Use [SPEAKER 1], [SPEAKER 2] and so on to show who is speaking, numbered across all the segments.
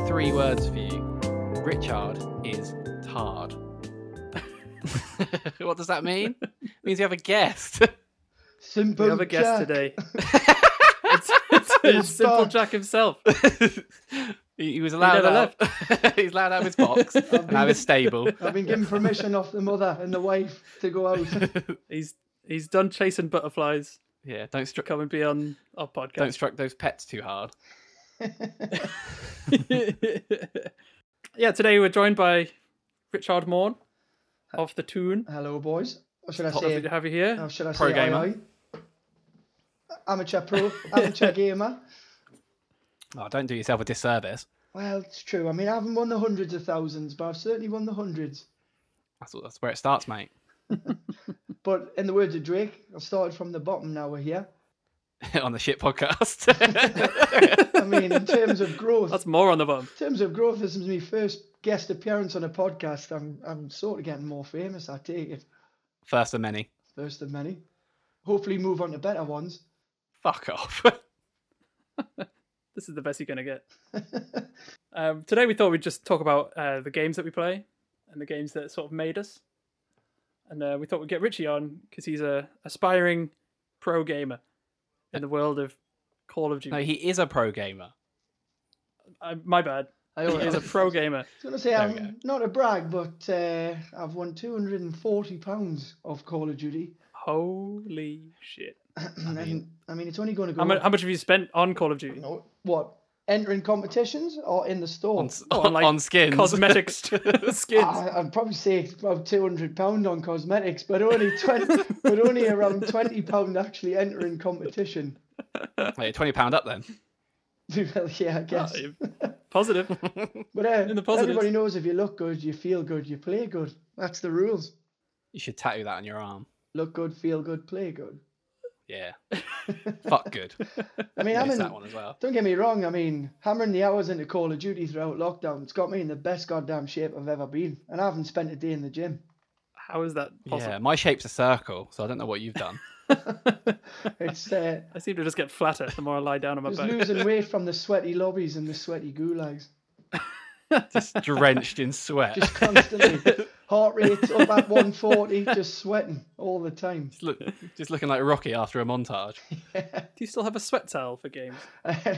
[SPEAKER 1] bird's view, Richard is tard. what does that mean? It means you have a guest.
[SPEAKER 2] Simple
[SPEAKER 3] We have a guest
[SPEAKER 2] Jack.
[SPEAKER 3] today. it's, it's, it's
[SPEAKER 2] He's
[SPEAKER 3] Simple
[SPEAKER 2] back.
[SPEAKER 3] Jack himself.
[SPEAKER 1] he, he was allowed
[SPEAKER 3] never
[SPEAKER 1] out. He's allowed out of his box, and out of his stable.
[SPEAKER 2] I've been given permission off the mother and the wife to go out.
[SPEAKER 3] He's he's done chasing butterflies.
[SPEAKER 1] Yeah, don't struck
[SPEAKER 3] Come and be on our
[SPEAKER 1] don't
[SPEAKER 3] podcast.
[SPEAKER 1] struck those pets too hard.
[SPEAKER 3] yeah, today we're joined by Richard Morn of the Tune.
[SPEAKER 2] Hello, boys. Or should I
[SPEAKER 3] Lovely
[SPEAKER 2] say?
[SPEAKER 3] to have you here.
[SPEAKER 2] Or should I
[SPEAKER 1] Pro
[SPEAKER 2] say?
[SPEAKER 1] gamer.
[SPEAKER 2] Aye, aye? Amateur pro, amateur gamer.
[SPEAKER 1] Oh, don't do yourself a disservice.
[SPEAKER 2] Well, it's true. I mean, I haven't won the hundreds of thousands, but I've certainly won the hundreds.
[SPEAKER 1] That's that's where it starts, mate.
[SPEAKER 2] But in the words of Drake, I've started from the bottom. Now we're here.
[SPEAKER 1] On the shit podcast.
[SPEAKER 2] I mean, in terms of growth,
[SPEAKER 3] That's more on the bottom.
[SPEAKER 2] in terms of growth, this is my first guest appearance on a podcast. I'm, I'm sort of getting more famous. I take it.
[SPEAKER 1] First of many.
[SPEAKER 2] First of many. Hopefully, move on to better ones.
[SPEAKER 1] Fuck off.
[SPEAKER 3] This is the best you're going to get. um, today we thought we'd just talk about uh, the games that we play and the games that sort of made us. And uh, we thought we'd get Richie on because he's a aspiring pro gamer in the world of Call of Duty.
[SPEAKER 1] No, he is a pro gamer.
[SPEAKER 3] I, Uh, my bad.
[SPEAKER 2] I
[SPEAKER 3] He is a pro gamer.
[SPEAKER 2] I was gonna say
[SPEAKER 1] There we
[SPEAKER 2] I'm not a brag, but uh, I've won 240 pounds of Call of Duty.
[SPEAKER 3] Holy shit!
[SPEAKER 2] And I mean, I mean, it's only going to go.
[SPEAKER 3] How, mu- how much have you spent on Call of Duty?
[SPEAKER 2] No, what entering competitions or in the store?
[SPEAKER 1] On, s-
[SPEAKER 3] Oh, on, like,
[SPEAKER 1] on skins.
[SPEAKER 3] Cosmetics, skins.
[SPEAKER 2] I, I'd probably say about 200 pound on cosmetics, but only 20, but only around 20 pound actually entering competition.
[SPEAKER 1] Wait, twenty pound up then.
[SPEAKER 2] well, yeah, I guess.
[SPEAKER 3] Positive.
[SPEAKER 2] but uh,
[SPEAKER 3] Ah, in the positives.
[SPEAKER 2] everybody knows if you look good, you feel good, you play good. That's the rules.
[SPEAKER 1] You should tattoo that on your arm.
[SPEAKER 2] Look good, feel good, play good.
[SPEAKER 1] Yeah. Fuck good.
[SPEAKER 2] I mean, I'm
[SPEAKER 1] It's
[SPEAKER 2] in,
[SPEAKER 1] that one as well.
[SPEAKER 2] Don't get me wrong, I mean, hammering the hours into Call of Duty throughout lockdown, it's got me in the best goddamn shape I've ever been. And I haven't spent a day in the gym.
[SPEAKER 3] How is that possible?
[SPEAKER 1] Yeah, my shape's a circle, so I don't know what you've done.
[SPEAKER 2] It's uh,
[SPEAKER 3] I seem to just get flatter the more I lie down on my
[SPEAKER 2] just
[SPEAKER 3] back.
[SPEAKER 2] losing weight from the sweaty lobbies and the sweaty gulags.
[SPEAKER 1] Just drenched in sweat.
[SPEAKER 2] Just constantly. Heart rate's up at 140, just sweating all the time.
[SPEAKER 1] Just look, just looking like Rocky after a montage.
[SPEAKER 3] Do you still have a sweat towel for games?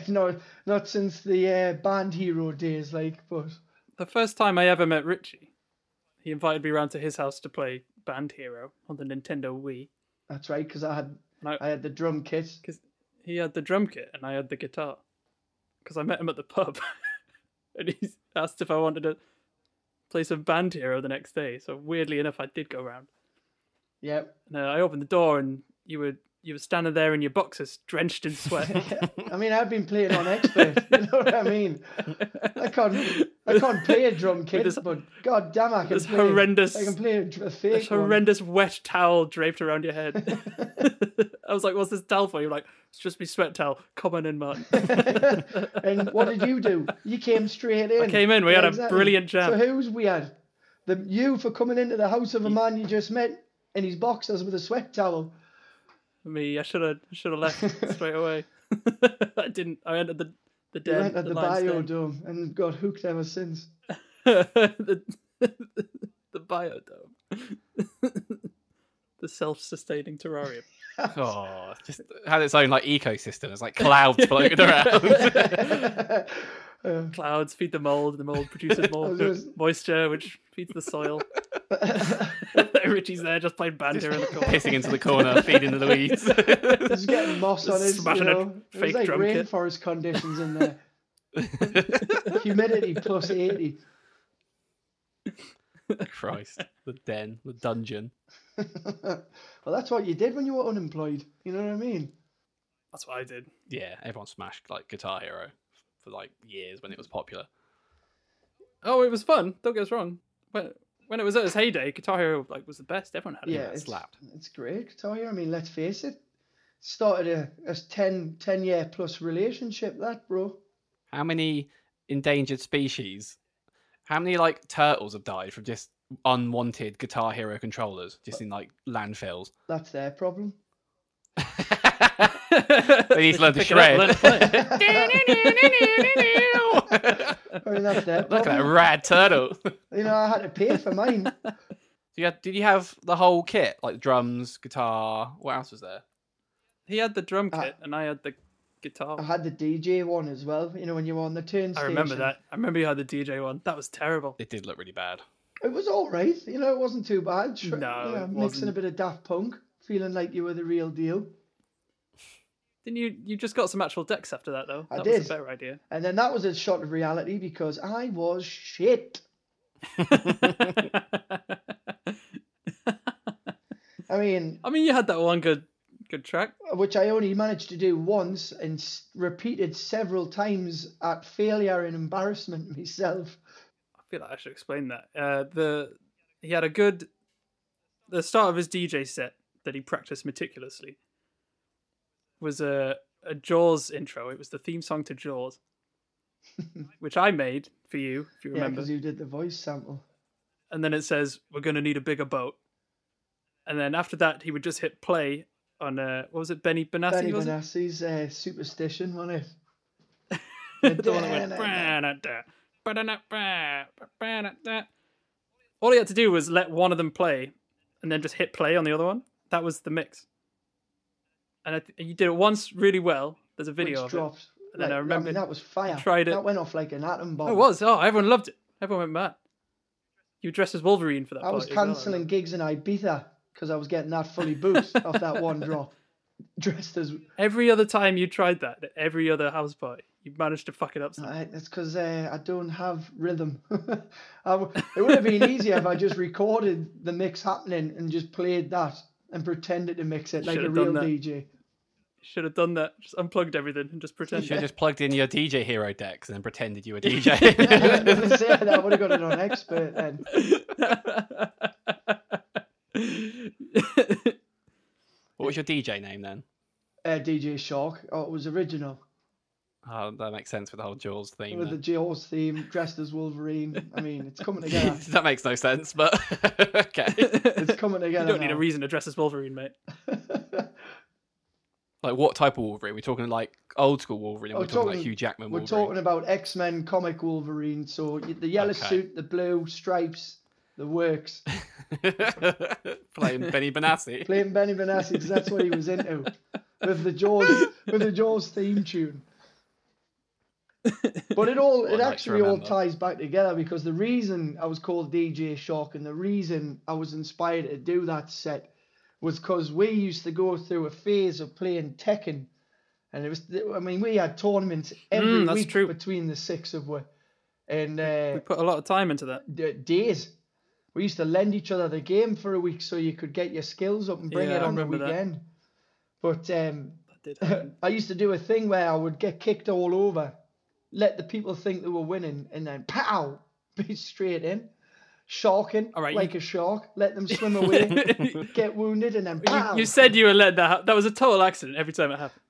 [SPEAKER 2] no, not since the uh, band hero days, like, but
[SPEAKER 3] The first time I ever met Richie, he invited me round to his house to play Band Hero on the Nintendo Wii.
[SPEAKER 2] that's right, because I had,
[SPEAKER 3] No.
[SPEAKER 2] I had the drum kit.
[SPEAKER 3] He had the drum kit and I had the guitar. Because I met him at the pub and he asked if I wanted to play some Band Hero the next day. So weirdly enough, I did go round.
[SPEAKER 2] Yeah,
[SPEAKER 3] And uh, I opened the door and you were you were standing there in your boxers, drenched in sweat.
[SPEAKER 2] I mean, I've been playing on expert. you know what I mean? I can't, I can't play a drum kit,
[SPEAKER 3] this-
[SPEAKER 2] but god damn, I can
[SPEAKER 3] this
[SPEAKER 2] play.
[SPEAKER 3] horrendous-
[SPEAKER 2] I can play a, a fake
[SPEAKER 3] This
[SPEAKER 2] one.
[SPEAKER 3] horrendous wet towel draped around your head. I was like, "What's this towel for?" You're like, "It's just me sweat towel, common and mud."
[SPEAKER 2] And what did you do? You came straight in.
[SPEAKER 3] came in, we had a brilliant jam.
[SPEAKER 2] So who's we had? The you for coming into the house of a man you just met in his boxers with a sweat towel.
[SPEAKER 3] me, I should have should have left straight away. I didn't. I entered the the
[SPEAKER 2] You
[SPEAKER 3] den,
[SPEAKER 2] went at
[SPEAKER 3] the,
[SPEAKER 2] the,
[SPEAKER 3] lion's
[SPEAKER 2] bio
[SPEAKER 3] den.
[SPEAKER 2] dome and got hooked ever since.
[SPEAKER 3] the, the, the biodome, the self-sustaining terrarium.
[SPEAKER 1] Oh, it's just had its own like ecosystem. It's like clouds floating around.
[SPEAKER 2] Uh,
[SPEAKER 3] Clouds feed the mold. The mold produces more
[SPEAKER 2] just-
[SPEAKER 3] moisture, which feeds the soil. Richie's there, just playing banjo in the corner.
[SPEAKER 1] Pissing into the corner, feeding the weeds.
[SPEAKER 2] Just getting moss on his, you
[SPEAKER 3] Smashing a
[SPEAKER 2] know. It was
[SPEAKER 3] fake
[SPEAKER 2] like
[SPEAKER 3] drum kit.
[SPEAKER 2] rainforest conditions in there. Humidity plus 80.
[SPEAKER 1] Christ, the den, the dungeon.
[SPEAKER 2] Well, that's what you did when you were unemployed. You know what I mean?
[SPEAKER 3] That's what I did.
[SPEAKER 1] Yeah, everyone smashed like Guitar Hero for like years when it was popular.
[SPEAKER 3] Oh, it was fun. Don't get us wrong. When when it was at its heyday, Guitar Hero like was the best. Everyone had it.
[SPEAKER 2] Yeah,
[SPEAKER 1] it
[SPEAKER 2] it's,
[SPEAKER 1] slapped.
[SPEAKER 2] it's great guitar hero. I mean, let's face it, started a, a 10, 10 year plus relationship, that, bro.
[SPEAKER 1] How many endangered species? How many like turtles have died from just unwanted Guitar Hero controllers, just in like landfills?
[SPEAKER 2] That's their problem.
[SPEAKER 1] They need to learn to
[SPEAKER 3] Pick it up,
[SPEAKER 1] shred.
[SPEAKER 3] learn to play.
[SPEAKER 2] Fair enough there.
[SPEAKER 1] Look at that rad turtle. So
[SPEAKER 2] You know, I had to pay for mine.
[SPEAKER 1] you had, did you have the whole kit, like drums, guitar? What else was there?
[SPEAKER 3] he had the drum
[SPEAKER 2] Uh,
[SPEAKER 3] kit, and I had the guitar.
[SPEAKER 2] I had the DJ one as well. You know, when you were on the turn
[SPEAKER 3] I remember
[SPEAKER 2] Ah, station.
[SPEAKER 3] that. I remember you had the DJ one. That was terrible.
[SPEAKER 1] It did look really bad.
[SPEAKER 2] It was all right. You know, it wasn't too bad. Tr-
[SPEAKER 3] No,
[SPEAKER 2] you
[SPEAKER 3] it
[SPEAKER 2] know, mixing
[SPEAKER 3] wasn't.
[SPEAKER 2] a bit of Daft Punk, feeling like you were the real deal.
[SPEAKER 3] Didn't you? You just got some actual decks after that, though.
[SPEAKER 2] I
[SPEAKER 3] that
[SPEAKER 2] did.
[SPEAKER 3] was a better idea.
[SPEAKER 2] And then that was a shot of reality because I was shit. I mean,
[SPEAKER 3] I mean, you had that one good, good track.
[SPEAKER 2] which I only managed to do once and s- repeated several times at failure and embarrassment myself.
[SPEAKER 3] I feel like I should explain that. Uh, the he had a good, the start of his DJ set that he practiced meticulously was a a Jaws intro. It was the theme song to Jaws, which I made for you, if you
[SPEAKER 2] Yeah,
[SPEAKER 3] remember.
[SPEAKER 2] because you did the voice sample.
[SPEAKER 3] and then it says we're going to need a bigger boat and then after that he would just hit play on uh what was it benny benassi
[SPEAKER 2] Benny
[SPEAKER 3] was it
[SPEAKER 2] Benassi's uh, Superstition, wasn't it?
[SPEAKER 3] the one that went "Ba-na-da, ba-da-na-ba, ba-da-na-da." all he had to do was let one of them play and then just hit play on the other one that was the mix and I th- you did it once really well there's a video
[SPEAKER 2] Which
[SPEAKER 3] of it
[SPEAKER 2] dropped.
[SPEAKER 3] And then I
[SPEAKER 2] like,
[SPEAKER 3] remember
[SPEAKER 2] mean, that was fire.
[SPEAKER 3] tried it.
[SPEAKER 2] That went off like an atom bomb.
[SPEAKER 3] Oh, it was oh everyone loved it everyone went mad you dressed as wolverine for that
[SPEAKER 2] I was
[SPEAKER 3] party as well,
[SPEAKER 2] cancelling
[SPEAKER 3] remember.
[SPEAKER 2] gigs in Ibiza because I was getting that fully booked off that one drop. Dressed as
[SPEAKER 3] every other time you tried that at every other house party you managed to fuck it up somehow.
[SPEAKER 2] Right, that's because uh, I don't have rhythm. I w- it would have been easier if I just recorded the mix happening and just played that and pretended to mix it like
[SPEAKER 3] Should
[SPEAKER 2] a
[SPEAKER 3] have done
[SPEAKER 2] real
[SPEAKER 3] that.
[SPEAKER 2] DJ.
[SPEAKER 3] Should have done that. Just unplugged everything and just
[SPEAKER 1] You should have
[SPEAKER 3] pretended.
[SPEAKER 1] just plugged in your DJ Hero decks and then pretended you were DJ.
[SPEAKER 2] I would have got it on expert then.
[SPEAKER 1] what was your DJ name then?
[SPEAKER 2] Uh, DJ Shark. Oh, it was original
[SPEAKER 1] Oh, that makes sense with the whole Jaws theme.
[SPEAKER 2] with the
[SPEAKER 1] then.
[SPEAKER 2] Jaws theme, dressed as Wolverine. I mean, it's coming together.
[SPEAKER 1] that makes no sense, but okay.
[SPEAKER 2] It's coming
[SPEAKER 3] you
[SPEAKER 2] together.
[SPEAKER 3] don't need a
[SPEAKER 2] now.
[SPEAKER 3] reason to dress as Wolverine, mate.
[SPEAKER 1] Like what type of Wolverine? We're talking like old school Wolverine. We're,
[SPEAKER 2] Oh,
[SPEAKER 1] talking, like
[SPEAKER 2] talking-
[SPEAKER 1] Hugh Jackman
[SPEAKER 2] We're
[SPEAKER 1] Wolverine.
[SPEAKER 2] talking about X Men comic Wolverine. So y- the yellow
[SPEAKER 1] Okay.
[SPEAKER 2] suit, the blue stripes, the works.
[SPEAKER 1] Playing Benny Benassi.
[SPEAKER 2] playing Benny Benassi because that's what he was into with the Jaws with the Jaws theme tune. But it all
[SPEAKER 1] What a
[SPEAKER 2] it
[SPEAKER 1] night to
[SPEAKER 2] actually all
[SPEAKER 1] remember.
[SPEAKER 2] ties back together because the reason I was called DJ Shock and the reason I was inspired to do that set was because we used to go through a phase of playing Tekken, and it was I mean we had tournaments every
[SPEAKER 3] Mm, that's
[SPEAKER 2] week
[SPEAKER 3] true.
[SPEAKER 2] between the six of us, and uh,
[SPEAKER 3] We put a lot of time into that.
[SPEAKER 2] d- days. We used to lend each other the game for a week so you could get your skills up and bring
[SPEAKER 3] Yeah,
[SPEAKER 2] it
[SPEAKER 3] I
[SPEAKER 2] on the
[SPEAKER 3] remember that.
[SPEAKER 2] weekend. But um,
[SPEAKER 3] That did happen.
[SPEAKER 2] I used to do a thing where I would get kicked all over, let the people think they were winning, and then pow, be straight in, sharking
[SPEAKER 3] All right, you-
[SPEAKER 2] like a shark, let them swim away,
[SPEAKER 3] you,
[SPEAKER 2] get wounded, and then pow.
[SPEAKER 3] you said you were let that. Ha- that was a total accident every time it happened.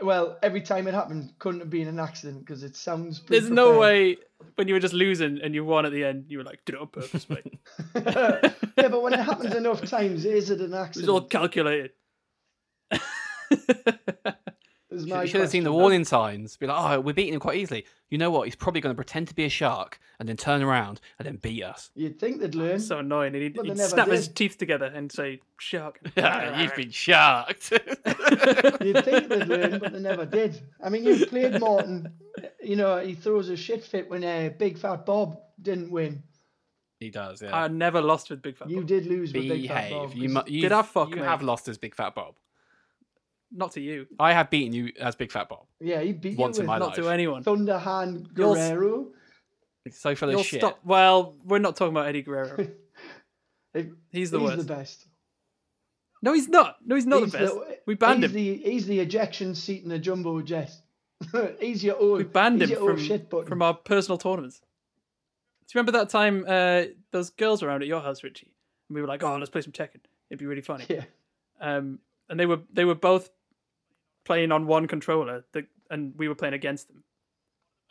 [SPEAKER 2] Well, every time it happened, couldn't have been an accident because it sounds.
[SPEAKER 3] There's no
[SPEAKER 2] pre-prepared.
[SPEAKER 3] way when you were just losing and you won at the end, you were like, did it on purpose, mate. It
[SPEAKER 2] yeah, but when it happens enough times, is it an
[SPEAKER 3] was all
[SPEAKER 2] accident?
[SPEAKER 3] calculated.
[SPEAKER 2] Is my
[SPEAKER 1] You should have seen the
[SPEAKER 2] question.
[SPEAKER 1] warning signs. Be like, oh, we're beating him quite easily. You know what? He's probably going to pretend to be a shark and then turn around and then beat us.
[SPEAKER 2] You'd think they'd learn.
[SPEAKER 3] So annoying. And he'd,
[SPEAKER 2] Well, they
[SPEAKER 3] he'd
[SPEAKER 2] never
[SPEAKER 3] snap his
[SPEAKER 2] did.
[SPEAKER 3] teeth together and say, shark.
[SPEAKER 1] You've been sharked.
[SPEAKER 2] You'd think they'd learn, but they never did. I mean, you played Morton. You know, he throws a shit fit when uh, Big Fat Bob didn't win.
[SPEAKER 1] he does. Yeah.
[SPEAKER 3] I never lost with Big Fat
[SPEAKER 2] You
[SPEAKER 3] Bob.
[SPEAKER 2] did lose with Big Fat Bob.
[SPEAKER 1] Behave. You,
[SPEAKER 2] 'cause
[SPEAKER 1] mu- you,
[SPEAKER 3] Did I fuck,
[SPEAKER 1] you
[SPEAKER 3] mate?
[SPEAKER 1] have lost as Big Fat Bob.
[SPEAKER 3] Not to you.
[SPEAKER 1] I have beaten you as Big Fat Bob.
[SPEAKER 2] yeah, he beat
[SPEAKER 1] Once
[SPEAKER 2] you
[SPEAKER 1] in
[SPEAKER 2] with
[SPEAKER 1] my
[SPEAKER 3] Not to
[SPEAKER 1] life.
[SPEAKER 3] anyone.
[SPEAKER 2] Thunderhand
[SPEAKER 3] You'll-
[SPEAKER 2] Guerrero.
[SPEAKER 1] So full
[SPEAKER 3] You'll
[SPEAKER 1] of shit.
[SPEAKER 3] stop. Well, we're not talking about Eddie Guerrero.
[SPEAKER 2] He's
[SPEAKER 3] He's the worst.
[SPEAKER 2] best.
[SPEAKER 3] No, he's not. No, he's not
[SPEAKER 2] He's
[SPEAKER 3] the best. we banned
[SPEAKER 2] he's
[SPEAKER 3] him.
[SPEAKER 2] The, he's the ejection seat in a jumbo jet. he's your own.
[SPEAKER 3] We banned
[SPEAKER 2] he's
[SPEAKER 3] him
[SPEAKER 2] your own
[SPEAKER 3] from,
[SPEAKER 2] shit button.
[SPEAKER 3] from our personal tournaments. Do you remember that time uh, those girls were around at your house, Richie? And we were like, oh, let's play some Tekken. It'd be really funny.
[SPEAKER 2] yeah.
[SPEAKER 3] Um, and they were they were both playing on one controller, that, and we were playing against them.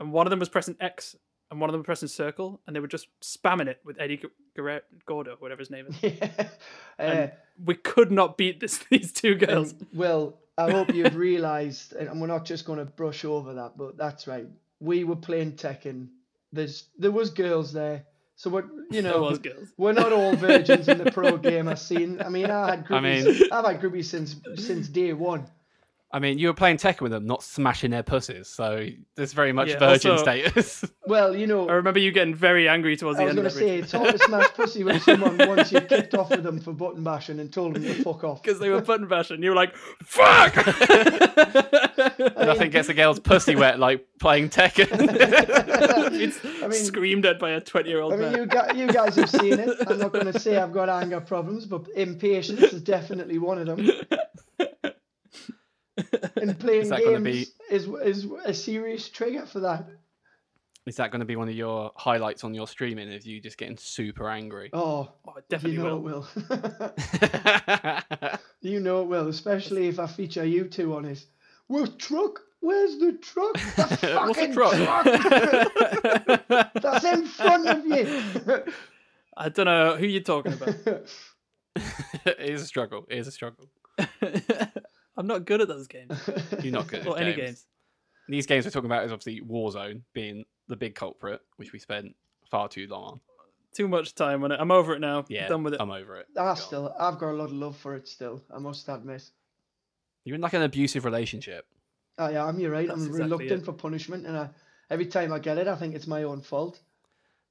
[SPEAKER 3] And one of them was pressing X, and one of them was pressing Circle, and they were just spamming it with Eddie Gu- Guerrero, Gordo, whatever his name is.
[SPEAKER 2] yeah. Uh,
[SPEAKER 3] And we could not beat this, these two girls.
[SPEAKER 2] And, well, I hope you've realised, and we're not just going to brush over that, but that's right. We were playing Tekken. There's there was girls there, so what you know
[SPEAKER 3] There was girls.
[SPEAKER 2] We're not all virgins in the pro gamer scene. I mean, I had
[SPEAKER 1] I mean-
[SPEAKER 2] groupies. I have had groupies since since day one.
[SPEAKER 1] I mean, you were playing Tekken with them, not smashing their pussies. So there's very much
[SPEAKER 3] Yeah,
[SPEAKER 1] virgin
[SPEAKER 3] also-
[SPEAKER 1] status.
[SPEAKER 2] Well, you know,
[SPEAKER 3] I remember you getting very angry towards
[SPEAKER 2] I
[SPEAKER 3] the
[SPEAKER 2] was
[SPEAKER 3] end
[SPEAKER 2] going to
[SPEAKER 3] of
[SPEAKER 2] say
[SPEAKER 3] it
[SPEAKER 2] it's hard to smash pussy when someone once you kicked off with them for button bashing and told them to fuck off.
[SPEAKER 3] because they were button bashing. You were like, "Fuck!"
[SPEAKER 1] Nothing gets a girl's pussy wet like playing Tekken.
[SPEAKER 3] it's
[SPEAKER 2] I mean-
[SPEAKER 3] screamed at by a twenty-year-old
[SPEAKER 2] I mean,
[SPEAKER 3] man.
[SPEAKER 2] you guys, you guys have seen it. I'm not going to say I've got anger problems, but impatience is definitely one of them. And playing
[SPEAKER 1] Is that gonna
[SPEAKER 2] games
[SPEAKER 1] be-
[SPEAKER 2] is is a serious trigger for that.
[SPEAKER 1] Is that going to be one of your highlights on your streaming? Of you just getting super angry?
[SPEAKER 2] Oh,
[SPEAKER 3] Oh, it
[SPEAKER 2] you
[SPEAKER 3] definitely
[SPEAKER 2] know
[SPEAKER 3] will.
[SPEAKER 2] it will.
[SPEAKER 3] Oh.
[SPEAKER 2] you know it will, especially if I feature you two on it. Well, truck, where's the truck? The
[SPEAKER 1] What's the
[SPEAKER 2] fucking
[SPEAKER 1] truck?
[SPEAKER 2] that's in front of you.
[SPEAKER 3] I don't know who you're talking about.
[SPEAKER 1] it is a struggle. It is a struggle.
[SPEAKER 3] I'm not good at those games
[SPEAKER 1] You're not good. at
[SPEAKER 3] or any
[SPEAKER 1] games.
[SPEAKER 3] games.
[SPEAKER 1] These games we're talking about is obviously Warzone being the big culprit, which we spent far too long on.
[SPEAKER 3] Too much time on it. I'm over it now.
[SPEAKER 1] Yeah, Um,
[SPEAKER 3] done with it.
[SPEAKER 1] I'm over it.
[SPEAKER 2] I
[SPEAKER 1] Gone.
[SPEAKER 2] still, I've got a lot of love for it. Still, I must admit.
[SPEAKER 1] You're in like an abusive relationship.
[SPEAKER 2] I am. You're right.
[SPEAKER 3] That's
[SPEAKER 2] Oh, I'm
[SPEAKER 3] exactly
[SPEAKER 2] reluctant
[SPEAKER 3] it.
[SPEAKER 2] for punishment, and I, every time I get it, I think it's my own fault.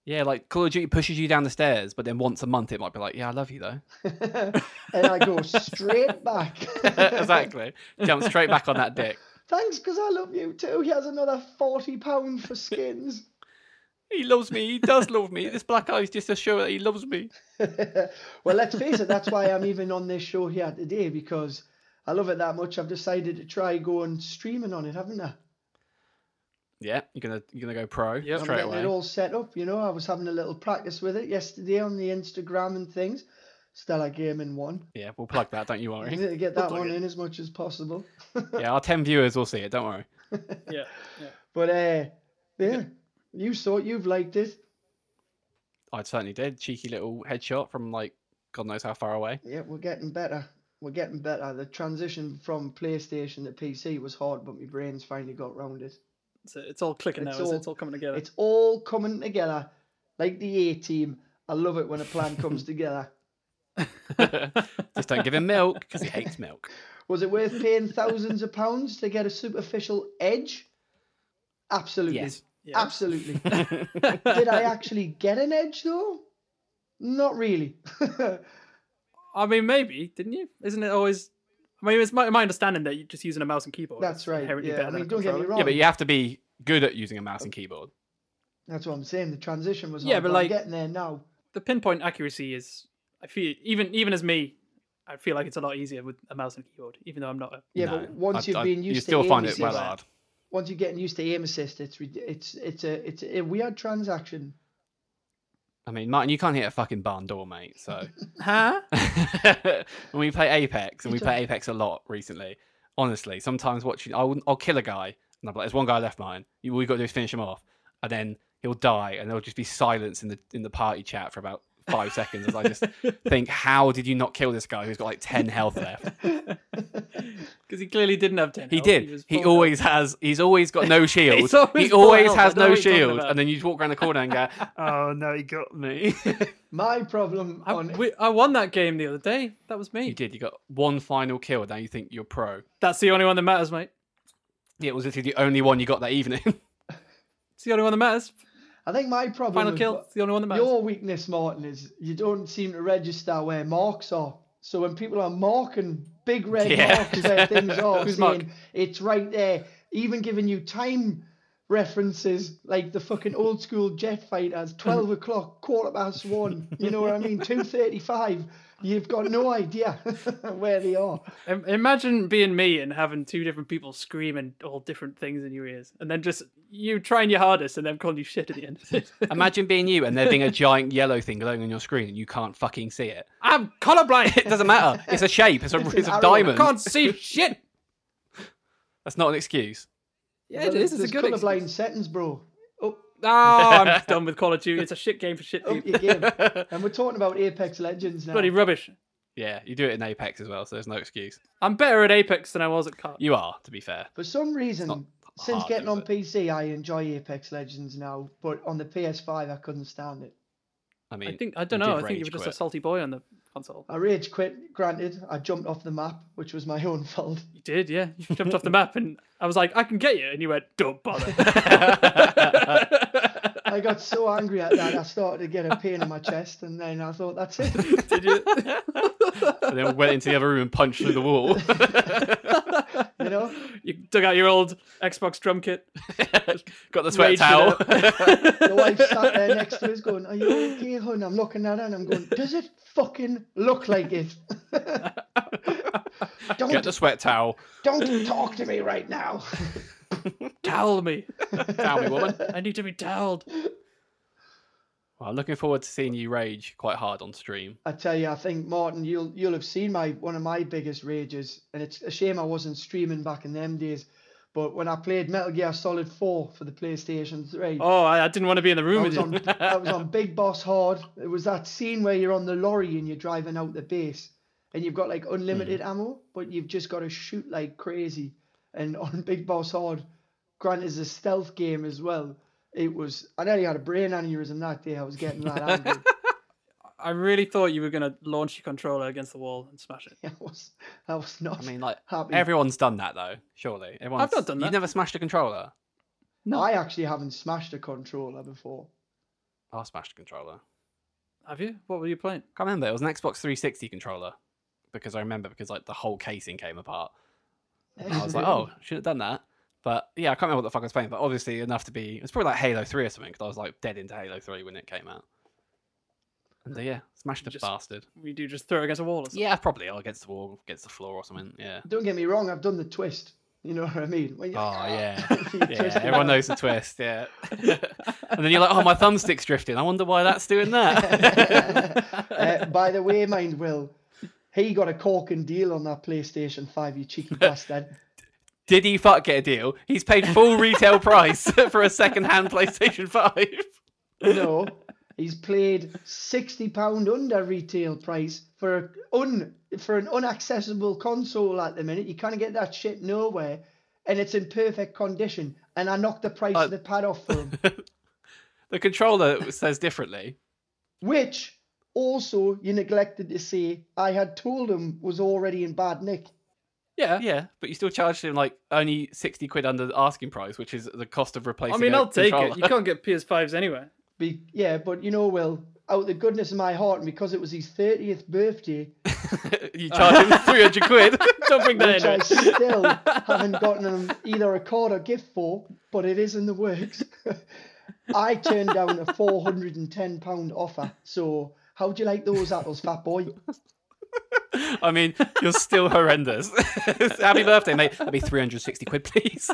[SPEAKER 1] Yeah, like Call of Duty pushes you down the stairs, but then once a month it might be like, "Yeah, I love you though."
[SPEAKER 2] and I go straight back.
[SPEAKER 1] exactly. Jump straight back on that dick.
[SPEAKER 2] Thanks, because I love you too. Here's another forty pound for skins.
[SPEAKER 1] He loves me. He does love me. This black eye is just a show that he loves me.
[SPEAKER 2] well, let's face it. That's why I'm even on this show here today because I love it that much. I've decided to try going streaming on it, haven't I?
[SPEAKER 1] Yeah, you're gonna you're gonna go pro
[SPEAKER 3] Yep.
[SPEAKER 2] I'm
[SPEAKER 1] straight
[SPEAKER 2] getting
[SPEAKER 1] away.
[SPEAKER 2] it all set up. You know, I was having a little practice with it yesterday on the Instagram and things. Stella Gaming one.
[SPEAKER 1] Yeah, we'll plug that. Don't you
[SPEAKER 2] I
[SPEAKER 1] worry.
[SPEAKER 2] need to get that
[SPEAKER 3] plug
[SPEAKER 2] one
[SPEAKER 3] it.
[SPEAKER 2] in as much as possible.
[SPEAKER 1] yeah, our ten viewers will see it. Don't worry.
[SPEAKER 3] Yeah.
[SPEAKER 2] But uh, yeah, you saw it, you've liked it.
[SPEAKER 1] I certainly did. Cheeky little headshot from like God knows how far away.
[SPEAKER 2] Yeah, we're getting better. We're getting better. The transition from PlayStation to PC was hard, but my brain's finally got round it.
[SPEAKER 3] It's, it's all clicking
[SPEAKER 2] It's
[SPEAKER 3] now. All,
[SPEAKER 2] all-
[SPEAKER 3] it's all coming together.
[SPEAKER 2] It's all coming together like the A team. I love it when a plan comes together.
[SPEAKER 1] Just don't give him milk because he hates milk.
[SPEAKER 2] Was it worth paying thousands of pounds to get a superficial edge? Absolutely.
[SPEAKER 1] Yes.
[SPEAKER 3] Yeah.
[SPEAKER 2] Absolutely. Did I actually get an edge though? Not really.
[SPEAKER 3] I mean, maybe didn't you? Isn't it always? I mean, it's my, my understanding that you're just using a mouse and keyboard.
[SPEAKER 2] That's
[SPEAKER 3] is
[SPEAKER 2] right,
[SPEAKER 3] Inherently
[SPEAKER 2] yeah,
[SPEAKER 3] better
[SPEAKER 2] I
[SPEAKER 3] than
[SPEAKER 2] mean,
[SPEAKER 3] a
[SPEAKER 2] don't get me
[SPEAKER 3] controller.
[SPEAKER 2] wrong.
[SPEAKER 1] Yeah, but you have to be good at using a mouse and keyboard.
[SPEAKER 2] That's what I'm saying. The transition was
[SPEAKER 3] Yeah,
[SPEAKER 2] hard,
[SPEAKER 3] but
[SPEAKER 2] I'm
[SPEAKER 3] like-
[SPEAKER 2] getting there now.
[SPEAKER 3] The pinpoint accuracy is. I feel even even as me, I feel like it's a lot easier with a mouse and keyboard. Even though I'm not. A,
[SPEAKER 2] Yeah,
[SPEAKER 1] No,
[SPEAKER 2] but once
[SPEAKER 1] I-
[SPEAKER 2] you've
[SPEAKER 1] I-
[SPEAKER 2] been
[SPEAKER 1] you
[SPEAKER 2] used to
[SPEAKER 1] still
[SPEAKER 2] aim
[SPEAKER 1] find it
[SPEAKER 2] assist,
[SPEAKER 1] well hard.
[SPEAKER 2] once you're getting used to aim assist, it's rid- it's it's a it's a weird transaction.
[SPEAKER 1] I mean, Martin, you can't hit a fucking barn door, mate. So
[SPEAKER 3] huh?
[SPEAKER 1] when we play Apex, and
[SPEAKER 2] You
[SPEAKER 1] we play Apex a lot recently, honestly, sometimes watching, I'll, I'll kill a guy, and I'm like, "There's one guy left, mine. All we got to do is finish him off," and then he'll die, and there'll just be silence in the in the party chat for about five seconds as I just think, "How did you not kill this guy who's got like ten health left?"
[SPEAKER 3] Because he clearly didn't have ten.
[SPEAKER 1] He
[SPEAKER 3] health,
[SPEAKER 1] did.
[SPEAKER 3] was
[SPEAKER 1] He,
[SPEAKER 3] full
[SPEAKER 1] always has. He's always got no shield.
[SPEAKER 3] He's always
[SPEAKER 1] he
[SPEAKER 3] full
[SPEAKER 1] always
[SPEAKER 3] health,
[SPEAKER 1] has
[SPEAKER 3] I know
[SPEAKER 1] no
[SPEAKER 3] what you're talking
[SPEAKER 1] shield,
[SPEAKER 3] about.
[SPEAKER 1] and then you just walk around the corner and go, "Oh no, he got me."
[SPEAKER 2] My problem
[SPEAKER 3] health.
[SPEAKER 2] on
[SPEAKER 3] I, we- I won that game the other day. That was
[SPEAKER 1] you
[SPEAKER 3] me.
[SPEAKER 1] did. You got one final kill. Now you think you're pro.
[SPEAKER 3] That's the only one that matters, mate.
[SPEAKER 1] Yeah, it was literally the only one you got that evening.
[SPEAKER 3] It's the only one that matters.
[SPEAKER 2] I think my problem
[SPEAKER 3] Final
[SPEAKER 2] with
[SPEAKER 3] kill.
[SPEAKER 2] what-
[SPEAKER 3] It's the only one that matters.
[SPEAKER 2] your weakness, Martin, is you don't seem to register where marks are. So when people are marking big red
[SPEAKER 1] Yeah.
[SPEAKER 2] marks where things are,
[SPEAKER 3] Who's
[SPEAKER 2] saying
[SPEAKER 3] mark?
[SPEAKER 2] it's right there, even giving you time references like the fucking old school jet fighters, twelve o'clock, quarter past one. You know what I mean? Two thirty-five. You've got no idea where they are.
[SPEAKER 3] Im- Imagine being me and having two different people screaming all different things in your ears, and then just you trying your hardest and them calling you shit at the end.
[SPEAKER 1] Imagine being you and there being a giant yellow thing glowing on your screen and you can't fucking see it.
[SPEAKER 3] I'm colorblind.
[SPEAKER 1] It doesn't matter. It's a shape. It's a, it's a
[SPEAKER 2] an arrow.
[SPEAKER 1] diamond.
[SPEAKER 3] can't see shit.
[SPEAKER 1] That's not an excuse.
[SPEAKER 3] Yeah, it is. It's a
[SPEAKER 2] There's
[SPEAKER 3] good
[SPEAKER 2] colourblind
[SPEAKER 3] excuse.
[SPEAKER 2] sentence, bro. Up,
[SPEAKER 3] Oh, I'm done with Call of Duty. It's a shit game for shit
[SPEAKER 2] up
[SPEAKER 3] people. Oh,
[SPEAKER 2] your game. and we're talking about Apex Legends now.
[SPEAKER 3] Bloody rubbish.
[SPEAKER 1] Yeah, you do it in Apex as well, so there's no excuse.
[SPEAKER 3] I'm better at Apex than I was at COD.
[SPEAKER 1] You are, to be fair.
[SPEAKER 2] For some
[SPEAKER 1] not
[SPEAKER 2] reason, since
[SPEAKER 1] hard,
[SPEAKER 2] getting
[SPEAKER 1] is
[SPEAKER 2] on
[SPEAKER 1] it?
[SPEAKER 2] PC, I enjoy Apex Legends now, but on the PS5, I couldn't stand it.
[SPEAKER 1] I mean,
[SPEAKER 3] I think I don't
[SPEAKER 1] you
[SPEAKER 3] know.
[SPEAKER 1] did
[SPEAKER 3] I think you
[SPEAKER 1] rage
[SPEAKER 3] were just a
[SPEAKER 1] quit.
[SPEAKER 3] salty boy on the console.
[SPEAKER 2] I rage quit, granted. I jumped off the map, which was my own fault.
[SPEAKER 3] You did, yeah. You jumped off the map, and I was like, "I can get you," and you went, "Don't bother."
[SPEAKER 2] I got so angry at that, I started to get a pain in my chest, and then I thought, that's it.
[SPEAKER 3] did you?
[SPEAKER 1] and then went into the other room and punched through the wall.
[SPEAKER 2] You know?
[SPEAKER 3] You dug out your old Xbox drum kit.
[SPEAKER 1] Got the sweat
[SPEAKER 3] Raged it
[SPEAKER 1] towel.
[SPEAKER 2] The wife sat there next to us going, Are you okay, hun? I'm looking at her and I'm going, Does it fucking look like it?
[SPEAKER 1] Get
[SPEAKER 2] don't,
[SPEAKER 1] the sweat towel.
[SPEAKER 2] don't talk to me right now.
[SPEAKER 3] Towel me.
[SPEAKER 1] Towel me, woman.
[SPEAKER 3] I need to be toweled.
[SPEAKER 1] Well, I'm looking forward to seeing you rage quite hard on stream.
[SPEAKER 2] I tell you, I think Martin, you'll you'll have seen my one of my biggest rages, and it's a shame I wasn't streaming back in them days. But when I played Metal Gear Solid Four for the PlayStation Three,
[SPEAKER 3] Oh, I, I didn't want to be in the
[SPEAKER 2] I
[SPEAKER 3] room
[SPEAKER 2] was
[SPEAKER 3] with you.
[SPEAKER 2] on I was on Big Boss Hard. It was that scene where you're on the lorry and you're driving out the base, and you've got like unlimited
[SPEAKER 3] Mm-hmm.
[SPEAKER 2] ammo, but you've just got to shoot like crazy. And on Big Boss Hard, granted, it's a stealth game as well. It was I nearly had a brain aneurysm that day. I was getting that angry.
[SPEAKER 3] I really thought you were gonna launch your controller against the wall and smash it.
[SPEAKER 2] I was I was not.
[SPEAKER 1] I mean, like
[SPEAKER 2] happy.
[SPEAKER 1] everyone's done that though. Surely, everyone's.
[SPEAKER 3] not done that.
[SPEAKER 1] You've never smashed a controller.
[SPEAKER 3] No.
[SPEAKER 2] I actually haven't smashed a controller before.
[SPEAKER 1] I smashed a controller.
[SPEAKER 3] Have you? What were you playing?
[SPEAKER 1] Can't remember. It was an Xbox 360 controller because I remember because like the whole casing came apart. And I was like, oh, should have done that. But yeah, I can't remember what the fuck I was playing. But obviously enough to be. It's probably like Halo 3 or something because I was like dead into Halo 3 when it came out. And uh, yeah, smashed a
[SPEAKER 3] Just-
[SPEAKER 1] bastard.
[SPEAKER 3] We do just throw it against a wall or something.
[SPEAKER 1] Yeah, probably or against the wall, against the floor or something. Yeah.
[SPEAKER 2] Don't get me wrong, I've done the twist. You know what I mean? When you-
[SPEAKER 1] Oh yeah,
[SPEAKER 2] You
[SPEAKER 1] yeah.
[SPEAKER 2] twist it
[SPEAKER 1] Everyone
[SPEAKER 2] out.
[SPEAKER 1] knows the twist. Yeah, and then you're like, oh, my thumbstick's drifting. I wonder why that's doing that.
[SPEAKER 2] Uh, by the way, mind Will, he got a cork and deal on that PlayStation 5, you cheeky bastard.
[SPEAKER 1] Did he fuck get a deal? He's paid full retail price for a second-hand PlayStation Five.
[SPEAKER 2] No, he's played £60 under retail price for, a un, for an unaccessible console at the minute. You can't get that shit nowhere, and it's in perfect condition. And I knocked the price
[SPEAKER 1] Uh,
[SPEAKER 2] of the pad off for him.
[SPEAKER 1] The controller says differently.
[SPEAKER 2] which also you neglected to say I had told him was already in bad nick.
[SPEAKER 3] Yeah.
[SPEAKER 1] Yeah, but you still charged him like only sixty quid under the asking price, which is the cost of replacing.
[SPEAKER 3] I mean,
[SPEAKER 1] a
[SPEAKER 3] I'll take
[SPEAKER 1] controller.
[SPEAKER 3] it. You can't get PS5s anyway.
[SPEAKER 2] Be- yeah, but you know, Will, out of the goodness of my heart, and because it was his 30th birthday,
[SPEAKER 1] you charge him three hundred quid.
[SPEAKER 3] Don't bring that
[SPEAKER 2] which I
[SPEAKER 3] in.
[SPEAKER 2] still haven't gotten him either a card or gift for, but it is in the works. I turned down a £410 offer. So, how'd you like those apples, fat boy?
[SPEAKER 1] I mean, you're still horrendous. Happy birthday, mate. That'd be three hundred sixty quid, please.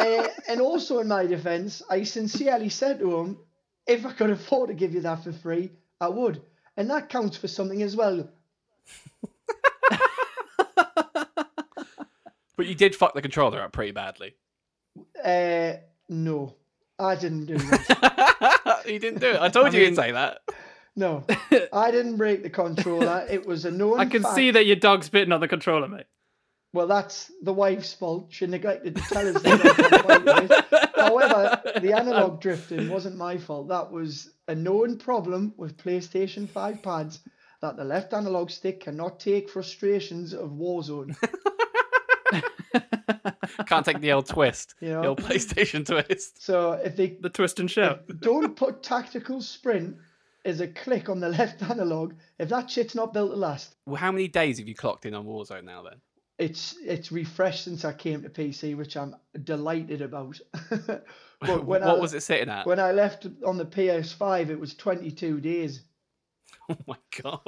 [SPEAKER 2] Uh, and also, in my defence, I sincerely said to him, if I could afford to give you that for free, I would. And that counts for something as well.
[SPEAKER 1] But you did fuck the controller up pretty badly.
[SPEAKER 2] Uh, no, I didn't do that.
[SPEAKER 1] you didn't do it. I told you you'd
[SPEAKER 3] mean-
[SPEAKER 1] say that.
[SPEAKER 2] No, I didn't break the controller. It was a known
[SPEAKER 3] I can
[SPEAKER 2] fact.
[SPEAKER 3] see that your dog's bitten on the controller, mate.
[SPEAKER 2] Well, that's the wife's fault. She neglected to tell us. That However, the analog drifting wasn't my fault. That was a known problem with PlayStation 5 pads that the left analog stick cannot take frustrations of Warzone.
[SPEAKER 1] Can't take the old twist.
[SPEAKER 2] Yeah.
[SPEAKER 1] The old PlayStation twist.
[SPEAKER 2] So if they
[SPEAKER 3] The twist and shout.
[SPEAKER 2] don't put tactical sprint as a click on the left analog, if that shit's not built to last,
[SPEAKER 1] Well, how many days have you clocked in on Warzone now then?
[SPEAKER 2] it's it's refreshed since I came to PC, which I'm delighted about. but when
[SPEAKER 1] what
[SPEAKER 2] I,
[SPEAKER 1] was it sitting at?
[SPEAKER 2] When I left on the PS5, it was 22 days.
[SPEAKER 1] Oh my god.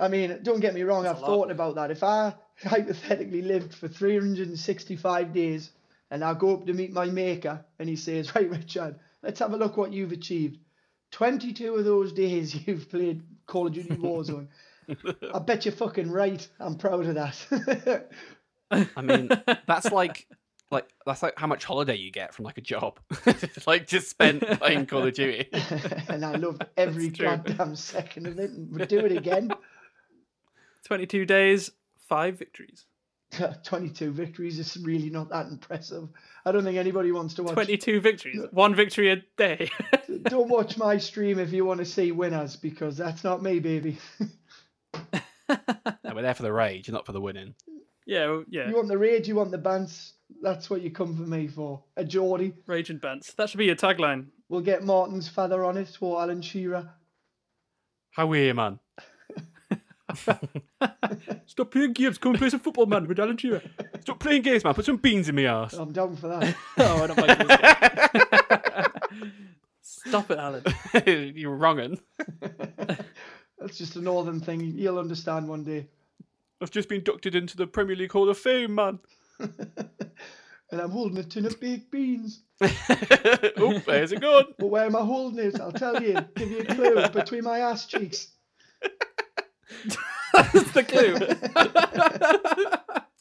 [SPEAKER 2] I mean, don't get me wrong, I've
[SPEAKER 3] lot.
[SPEAKER 2] thought about that. If I hypothetically lived for 365 days and I go up to meet my maker and he says, Right, Richard, let's have a look what you've achieved. 22 of those days you've played Call of Duty Warzone. I bet you're fucking right. I'm proud of that.
[SPEAKER 1] I mean, that's like like that's like how much holiday you get from like a job. like just spent playing Call of Duty.
[SPEAKER 2] and I loved every
[SPEAKER 3] That's true.
[SPEAKER 2] goddamn second of it. And would do it again.
[SPEAKER 3] 22 days, five victories.
[SPEAKER 2] 22 victories is really not that impressive. I don't think anybody wants to watch.
[SPEAKER 3] 22 victories, one victory a day.
[SPEAKER 2] Don't watch my stream if you want to see winners because that's not me, baby.
[SPEAKER 1] No, we're there for the rage, not for the winning.
[SPEAKER 3] yeah, well, yeah.
[SPEAKER 2] You want the rage, you want the bants. That's what you come for me for. A Geordie.
[SPEAKER 3] Rage and Bants. That should be your tagline.
[SPEAKER 2] We'll get Martin's father on it or Alan Shearer.
[SPEAKER 1] How are you, man?
[SPEAKER 3] Stop playing games. Come and play some football, man. With Alan Shearer.
[SPEAKER 1] Stop playing games, man. Put some beans in me ass.
[SPEAKER 2] I'm down for that.
[SPEAKER 3] oh, I don't like this. guy. Stop it, Alan.
[SPEAKER 1] You're wronging.
[SPEAKER 2] That's just a northern thing. You'll understand one day.
[SPEAKER 1] I've just been inducted into the Premier League Hall of Fame, man.
[SPEAKER 2] And I'm holding a tin of baked beans.
[SPEAKER 1] Oop, there's a good.
[SPEAKER 2] But where am I holding it? I'll tell you. Give you a clue. Between my ass cheeks.
[SPEAKER 3] That's the clue.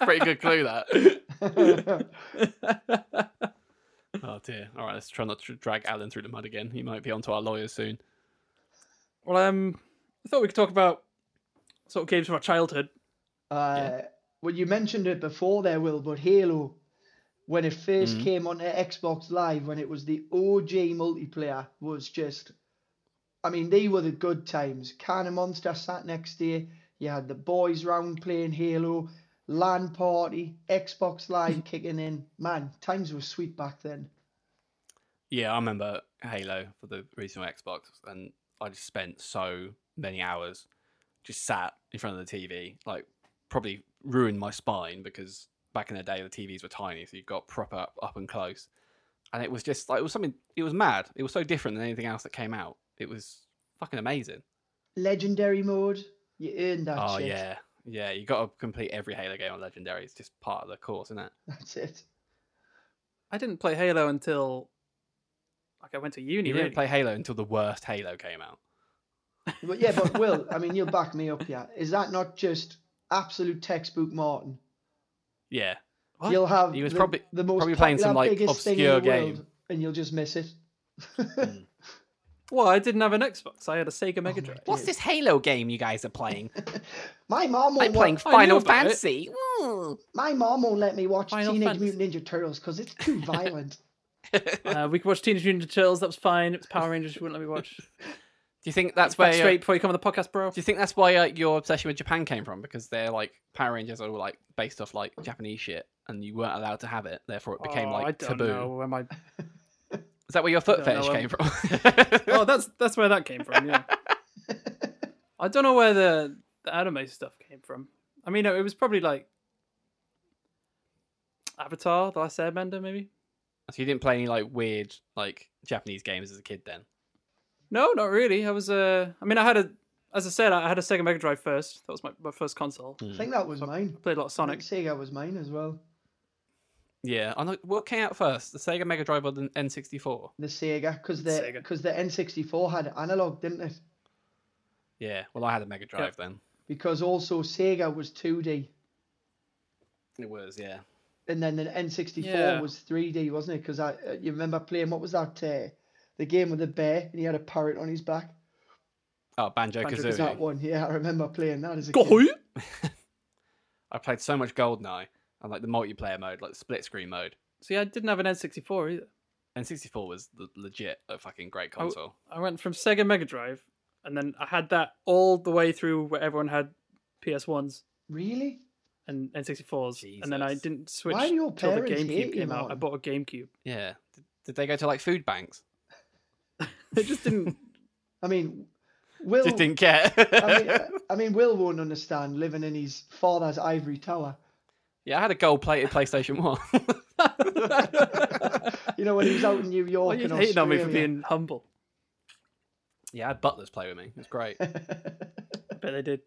[SPEAKER 1] Pretty good clue, that. oh, dear. All right, let's try not to drag Alan through the mud again. He might be onto our lawyers soon.
[SPEAKER 3] well, um, I thought we could talk about sort of games from our childhood.
[SPEAKER 2] Uh, Well, you mentioned it before there, Will, but Halo, when it 1st
[SPEAKER 1] Mm-hmm.
[SPEAKER 2] came onto Xbox Live, when it was the OG multiplayer, was just. I mean, they were the good times. Can of Monster sat next to you. You had the boys round playing Halo, LAN party, Xbox Live kicking in. Man, times were sweet back then.
[SPEAKER 1] Yeah, I remember Halo for the original Xbox, and I just spent so many hours just sat in front of the TV, like probably ruined my spine because back in the day the TVs were tiny, so you got proper up, up and close, and it was just like it was something. It was mad. It was so different than anything else that came out. It was fucking amazing.
[SPEAKER 2] Legendary mode, you earned that
[SPEAKER 1] oh
[SPEAKER 2] shit.
[SPEAKER 1] yeah, yeah. You got to complete every Halo game on Legendary. It's just part of the course, isn't it?
[SPEAKER 2] That's it.
[SPEAKER 3] I didn't play Halo until like I went to uni.
[SPEAKER 1] You
[SPEAKER 3] really.
[SPEAKER 1] didn't play Halo until the worst Halo came out.
[SPEAKER 2] But yeah, but Will, I mean, you'll back me up here. Is that not just absolute textbook Martin?
[SPEAKER 1] Yeah,
[SPEAKER 3] What?
[SPEAKER 2] You'll have
[SPEAKER 1] He was
[SPEAKER 2] the,
[SPEAKER 1] probably-
[SPEAKER 2] the most
[SPEAKER 1] probably playing some,
[SPEAKER 2] popular,
[SPEAKER 1] like,
[SPEAKER 2] biggest thing in
[SPEAKER 1] obscure
[SPEAKER 2] the world,
[SPEAKER 1] game. Hmm.
[SPEAKER 2] and you'll just miss it.
[SPEAKER 3] Well, I didn't have an Xbox. I had a Sega
[SPEAKER 1] Oh
[SPEAKER 3] Mega Drive.
[SPEAKER 2] What's
[SPEAKER 1] this Halo game you guys are playing?
[SPEAKER 2] My mom won't watch,
[SPEAKER 3] I knew Final about it. Hmm.
[SPEAKER 2] my mom won't let me watch
[SPEAKER 3] Final
[SPEAKER 2] Teenage
[SPEAKER 3] Fantasy.
[SPEAKER 2] Mutant Ninja Turtles because it's too violent.
[SPEAKER 3] Uh, we could watch Teenage Mutant Ninja Turtles. That was fine. It was Power Rangers. She wouldn't let me watch.
[SPEAKER 1] Do you think that's where?
[SPEAKER 3] Back
[SPEAKER 1] uh,
[SPEAKER 3] straight before you come on the podcast, bro.
[SPEAKER 1] do you think that's why like your obsession with Japan came from? Because they're like Power Rangers are all like based off like Japanese shit, and you weren't allowed to have it. Therefore, it became
[SPEAKER 3] Oh,
[SPEAKER 1] like
[SPEAKER 3] I don't
[SPEAKER 1] taboo.
[SPEAKER 3] know. Am I?
[SPEAKER 1] Is that where your foot
[SPEAKER 3] I don't
[SPEAKER 1] fetish
[SPEAKER 3] know,
[SPEAKER 1] came from?
[SPEAKER 3] Oh, that's that's where that came from. Yeah. I don't know where the, the anime stuff came from. I mean, it was probably like Avatar: The Last Airbender, maybe.
[SPEAKER 1] so you didn't play any like weird like Japanese games as a kid then?
[SPEAKER 3] No, not really. I was Uh, I mean, I had a. As I said, I had a Sega Mega Drive first. That was my, my first console.
[SPEAKER 2] I think that was mine.
[SPEAKER 3] Played a lot of
[SPEAKER 2] I
[SPEAKER 3] Sonic.
[SPEAKER 2] think Sega was mine as well.
[SPEAKER 1] Yeah, I know. Oh, What came out first, the Sega Mega Drive or the N64?
[SPEAKER 2] The Sega because the
[SPEAKER 3] Sega.
[SPEAKER 2] because the N64 had analog, didn't it?
[SPEAKER 1] Yeah, well, I had a Mega Drive then.
[SPEAKER 2] Because also Sega was 2D,
[SPEAKER 1] It was yeah.
[SPEAKER 2] and then the N64
[SPEAKER 3] Yeah.
[SPEAKER 2] was 3D, wasn't it? Because I uh, you remember playing what was that? Uh, the game with the bear and he had a parrot on his back.
[SPEAKER 1] Oh, Banjo
[SPEAKER 2] Is that
[SPEAKER 1] Kazooie.
[SPEAKER 2] one? Yeah, I remember playing that as a kid.
[SPEAKER 3] Gohoy!
[SPEAKER 1] I played so much Goldeneye and like the multiplayer mode, like the split screen mode.
[SPEAKER 3] See, I didn't have an N64 either.
[SPEAKER 1] N64 was the, legit a fucking great
[SPEAKER 2] Oh.
[SPEAKER 1] console.
[SPEAKER 3] I went from Sega Mega Drive, and then I had that all the way through where everyone had PS1s
[SPEAKER 2] Really?
[SPEAKER 3] and N64s, and then I
[SPEAKER 1] Jesus.
[SPEAKER 3] didn't switch
[SPEAKER 2] Why do your
[SPEAKER 3] till the
[SPEAKER 2] parents hate
[SPEAKER 3] GameCube
[SPEAKER 2] you,
[SPEAKER 3] came out. I
[SPEAKER 2] Martin?
[SPEAKER 3] bought a GameCube.
[SPEAKER 1] Yeah. Did, did they go to like food banks?
[SPEAKER 3] They just didn't.
[SPEAKER 2] I mean, Will.
[SPEAKER 1] Just didn't care.
[SPEAKER 2] I mean, uh, I mean, Will won't understand living in his father's ivory tower.
[SPEAKER 1] yeah, I had a gold plated PlayStation 1.
[SPEAKER 2] You know, when he was out in New York
[SPEAKER 3] Why are you
[SPEAKER 2] and
[SPEAKER 3] hating
[SPEAKER 2] Australia.
[SPEAKER 3] on me for being humble?
[SPEAKER 1] yeah, I had butlers play with me. It's great.
[SPEAKER 3] I bet they did.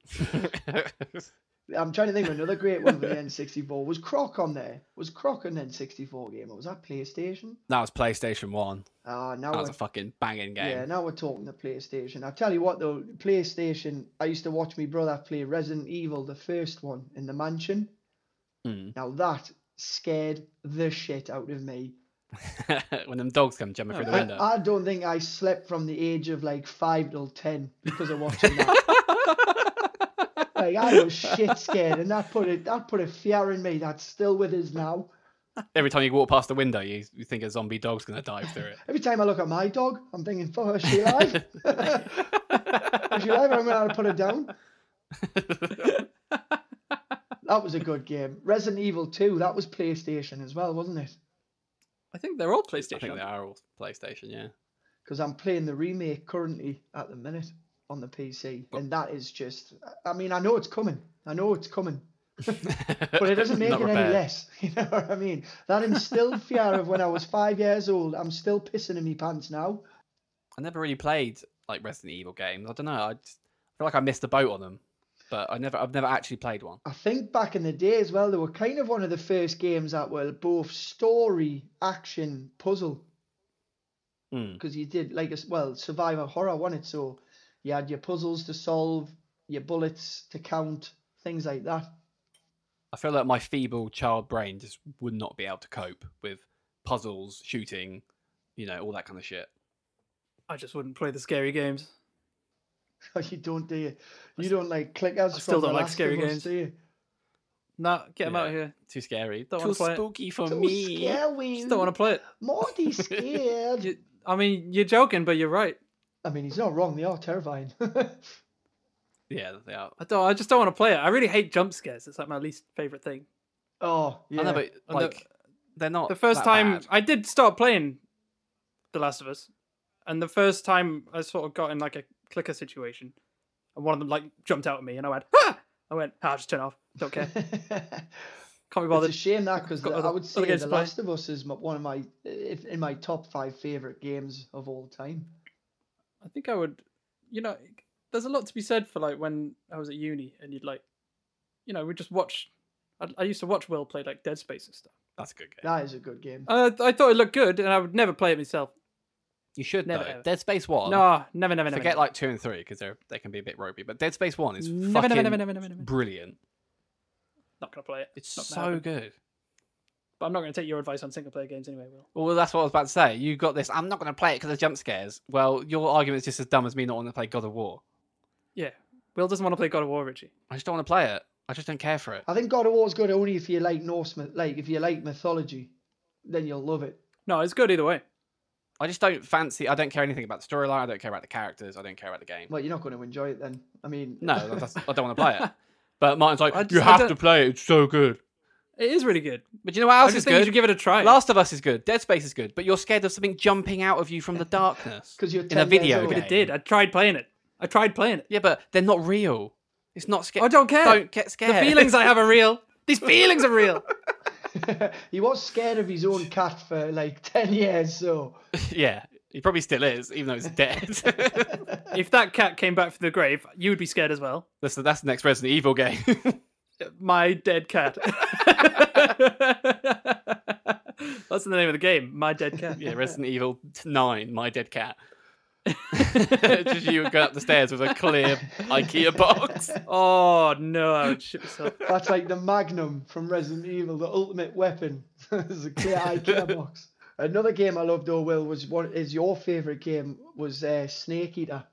[SPEAKER 2] I'm trying to think of another great one for the N64. Was Croc on there? Was Croc an N64 game or was that PlayStation?
[SPEAKER 1] that was PlayStation 1.
[SPEAKER 2] Ah, now
[SPEAKER 1] That
[SPEAKER 2] we're,
[SPEAKER 1] was a fucking banging game.
[SPEAKER 2] yeah, now we're talking the PlayStation. I tell you what though, PlayStation. I used to watch my brother play Resident Evil, the first one, in the mansion.
[SPEAKER 1] Mm.
[SPEAKER 2] Now that scared the shit out of me.
[SPEAKER 1] Mm. when them dogs come jumping through the
[SPEAKER 3] I-
[SPEAKER 1] window.
[SPEAKER 2] I, I don't think I slept from the age of like five till ten because of watching that. Like I was shit scared, and that put it that put a fear in me that's still with us now.
[SPEAKER 1] Every time you walk past the window, you, you think a zombie dog's going to dive through
[SPEAKER 2] Every time I look at my dog, I'm thinking, "Fuck, is she alive?
[SPEAKER 1] it.
[SPEAKER 2] Is she alive?" I'm gonna have to put it down. That was a good game. Resident Evil Two, that was PlayStation as well, wasn't it?
[SPEAKER 3] I think they're all
[SPEAKER 1] I think they
[SPEAKER 3] PlayStation.
[SPEAKER 1] are all PlayStation, yeah.
[SPEAKER 2] Because I'm playing the remake currently at the minute on the PC, and that is just. I mean, I know it's coming. I know it's coming. but it doesn't make
[SPEAKER 1] Not
[SPEAKER 2] it any
[SPEAKER 1] repaired.
[SPEAKER 2] less. You know what I mean? That instilled fear of when I was five years old. I'm still pissing in my pants now.
[SPEAKER 1] I never really played like Resident Evil games. I don't know. I just feel like I missed the boat on them, but I never, I've never actually played one.
[SPEAKER 2] I think back in the day as well, they were kind of one of the first games that were both story, action, puzzle.
[SPEAKER 1] Hmm.
[SPEAKER 2] Because you did like a s- well survivor horror, wasn't it? So you had your puzzles to solve, your bullets to count, things like that.
[SPEAKER 1] I feel like my feeble child brain just would not be able to cope with puzzles, shooting, you know, all that kind of shit.
[SPEAKER 3] I just wouldn't play the scary games.
[SPEAKER 2] you don't do you? You don't like clickers.
[SPEAKER 3] I
[SPEAKER 2] from
[SPEAKER 3] still don't
[SPEAKER 2] The
[SPEAKER 3] like
[SPEAKER 2] Last
[SPEAKER 3] scary
[SPEAKER 2] of Us,
[SPEAKER 3] games.
[SPEAKER 2] do you?
[SPEAKER 3] Nah, get them out of
[SPEAKER 1] Yeah.
[SPEAKER 3] here.
[SPEAKER 1] Too scary.
[SPEAKER 3] Don't
[SPEAKER 1] Too
[SPEAKER 3] wanna play it.
[SPEAKER 1] spooky for
[SPEAKER 2] Too
[SPEAKER 1] me.
[SPEAKER 2] scary.
[SPEAKER 3] Just don't want to play it.
[SPEAKER 2] Marty scared.
[SPEAKER 3] You, I mean, you're joking, but you're right.
[SPEAKER 2] I mean, he's not wrong. They are terrifying.
[SPEAKER 1] Yeah, they are.
[SPEAKER 3] I don't. I just don't want to play it. I really hate jump scares. It's like my least favorite thing.
[SPEAKER 2] oh, yeah.
[SPEAKER 1] I know, but
[SPEAKER 3] And the-
[SPEAKER 1] like they're not
[SPEAKER 3] the first
[SPEAKER 1] that
[SPEAKER 3] time
[SPEAKER 1] bad.
[SPEAKER 3] I did start playing The Last of Us, and the first time I sort of got in like a clicker situation, and one of them like jumped out at me, and I went, ah! I went, ah, just turn it off, don't care, can't be
[SPEAKER 2] it's
[SPEAKER 3] bothered.
[SPEAKER 2] a shame that because
[SPEAKER 3] got other-
[SPEAKER 2] I would
[SPEAKER 3] other
[SPEAKER 2] say
[SPEAKER 3] games
[SPEAKER 2] The
[SPEAKER 3] to play.
[SPEAKER 2] Last of Us is my, one of my if, in my top five favorite games of all time.
[SPEAKER 3] I think I would, you know, there's a lot to be said for like when I was at uni, and you'd like, you know, we just watch. I, I used to watch Will play like Dead Space and stuff.
[SPEAKER 1] That's a good game.
[SPEAKER 2] That is a good game.
[SPEAKER 1] Oh.
[SPEAKER 3] Uh, I thought it looked good, and I would never play it myself.
[SPEAKER 1] You should
[SPEAKER 3] Never,
[SPEAKER 1] know.
[SPEAKER 3] ever.
[SPEAKER 1] Dead Space One.
[SPEAKER 3] No, never, never, never.
[SPEAKER 1] forget
[SPEAKER 3] never.
[SPEAKER 1] like two and three because they they can be a bit ropey. But Dead Space One is
[SPEAKER 3] Never, never,
[SPEAKER 1] fucking
[SPEAKER 3] never, never, never, never.
[SPEAKER 1] brilliant.
[SPEAKER 3] not gonna play it.
[SPEAKER 1] It's
[SPEAKER 3] Not gonna
[SPEAKER 1] so
[SPEAKER 3] happen.
[SPEAKER 1] good.
[SPEAKER 3] But I'm not gonna take your advice on single player games anyway, Will.
[SPEAKER 1] Well, that's what I was about to say. You got this. I'm not going to play it because of jump scares. Well, your argument's just as dumb as me not wanting to play God of War.
[SPEAKER 3] Yeah. Will doesn't want to play God of War, Richie.
[SPEAKER 1] I just don't want to play it. I just don't care for it.
[SPEAKER 2] I think God of War is good only if you like Norse, myth- like if you like mythology, then you'll love it.
[SPEAKER 3] No, it's good either way.
[SPEAKER 1] I just don't fancy. I don't care anything about the storyline. I don't care about the characters. I don't care about the game.
[SPEAKER 2] Well, you're not going to enjoy it then. I mean,
[SPEAKER 1] No, that's, I don't want to play it. But Martin's like,
[SPEAKER 3] I just-
[SPEAKER 1] you
[SPEAKER 3] I
[SPEAKER 1] have
[SPEAKER 3] don't-
[SPEAKER 1] to play it. It's so good.
[SPEAKER 3] It is really good.
[SPEAKER 1] But you know what
[SPEAKER 3] I
[SPEAKER 1] else
[SPEAKER 3] just
[SPEAKER 1] is
[SPEAKER 3] think you
[SPEAKER 1] good?
[SPEAKER 3] should give it a try.
[SPEAKER 1] Last of Us is good. Dead Space is good. But you're scared of something jumping out of you from the darkness
[SPEAKER 2] 'Cause you're
[SPEAKER 1] in
[SPEAKER 2] 10
[SPEAKER 1] a
[SPEAKER 2] years
[SPEAKER 1] video
[SPEAKER 2] old.
[SPEAKER 1] game.
[SPEAKER 2] But
[SPEAKER 3] it did. I tried playing it. I tried playing it.
[SPEAKER 1] Yeah, but they're not real. It's not scary.
[SPEAKER 3] I don't care.
[SPEAKER 1] Don't get scared.
[SPEAKER 3] The feelings I have are real. These feelings are real.
[SPEAKER 2] he was scared of his own cat for like ten years, so
[SPEAKER 1] yeah, he probably still is, even though he's dead.
[SPEAKER 3] if that cat came back from the grave, you would be scared as well.
[SPEAKER 1] that's the, that's the next Resident Evil game.
[SPEAKER 3] My dead cat. That's the name of the game. My dead cat.
[SPEAKER 1] yeah, Resident Evil Nine. My dead cat. Just you going up the stairs with a clear IKEA box.
[SPEAKER 3] Oh no, I would shit myself.
[SPEAKER 2] that's like the Magnum from Resident Evil, the ultimate weapon. There's a clear IKEA box. Another game I loved though, Will, was what is your favourite game? Was uh, Snake Eater.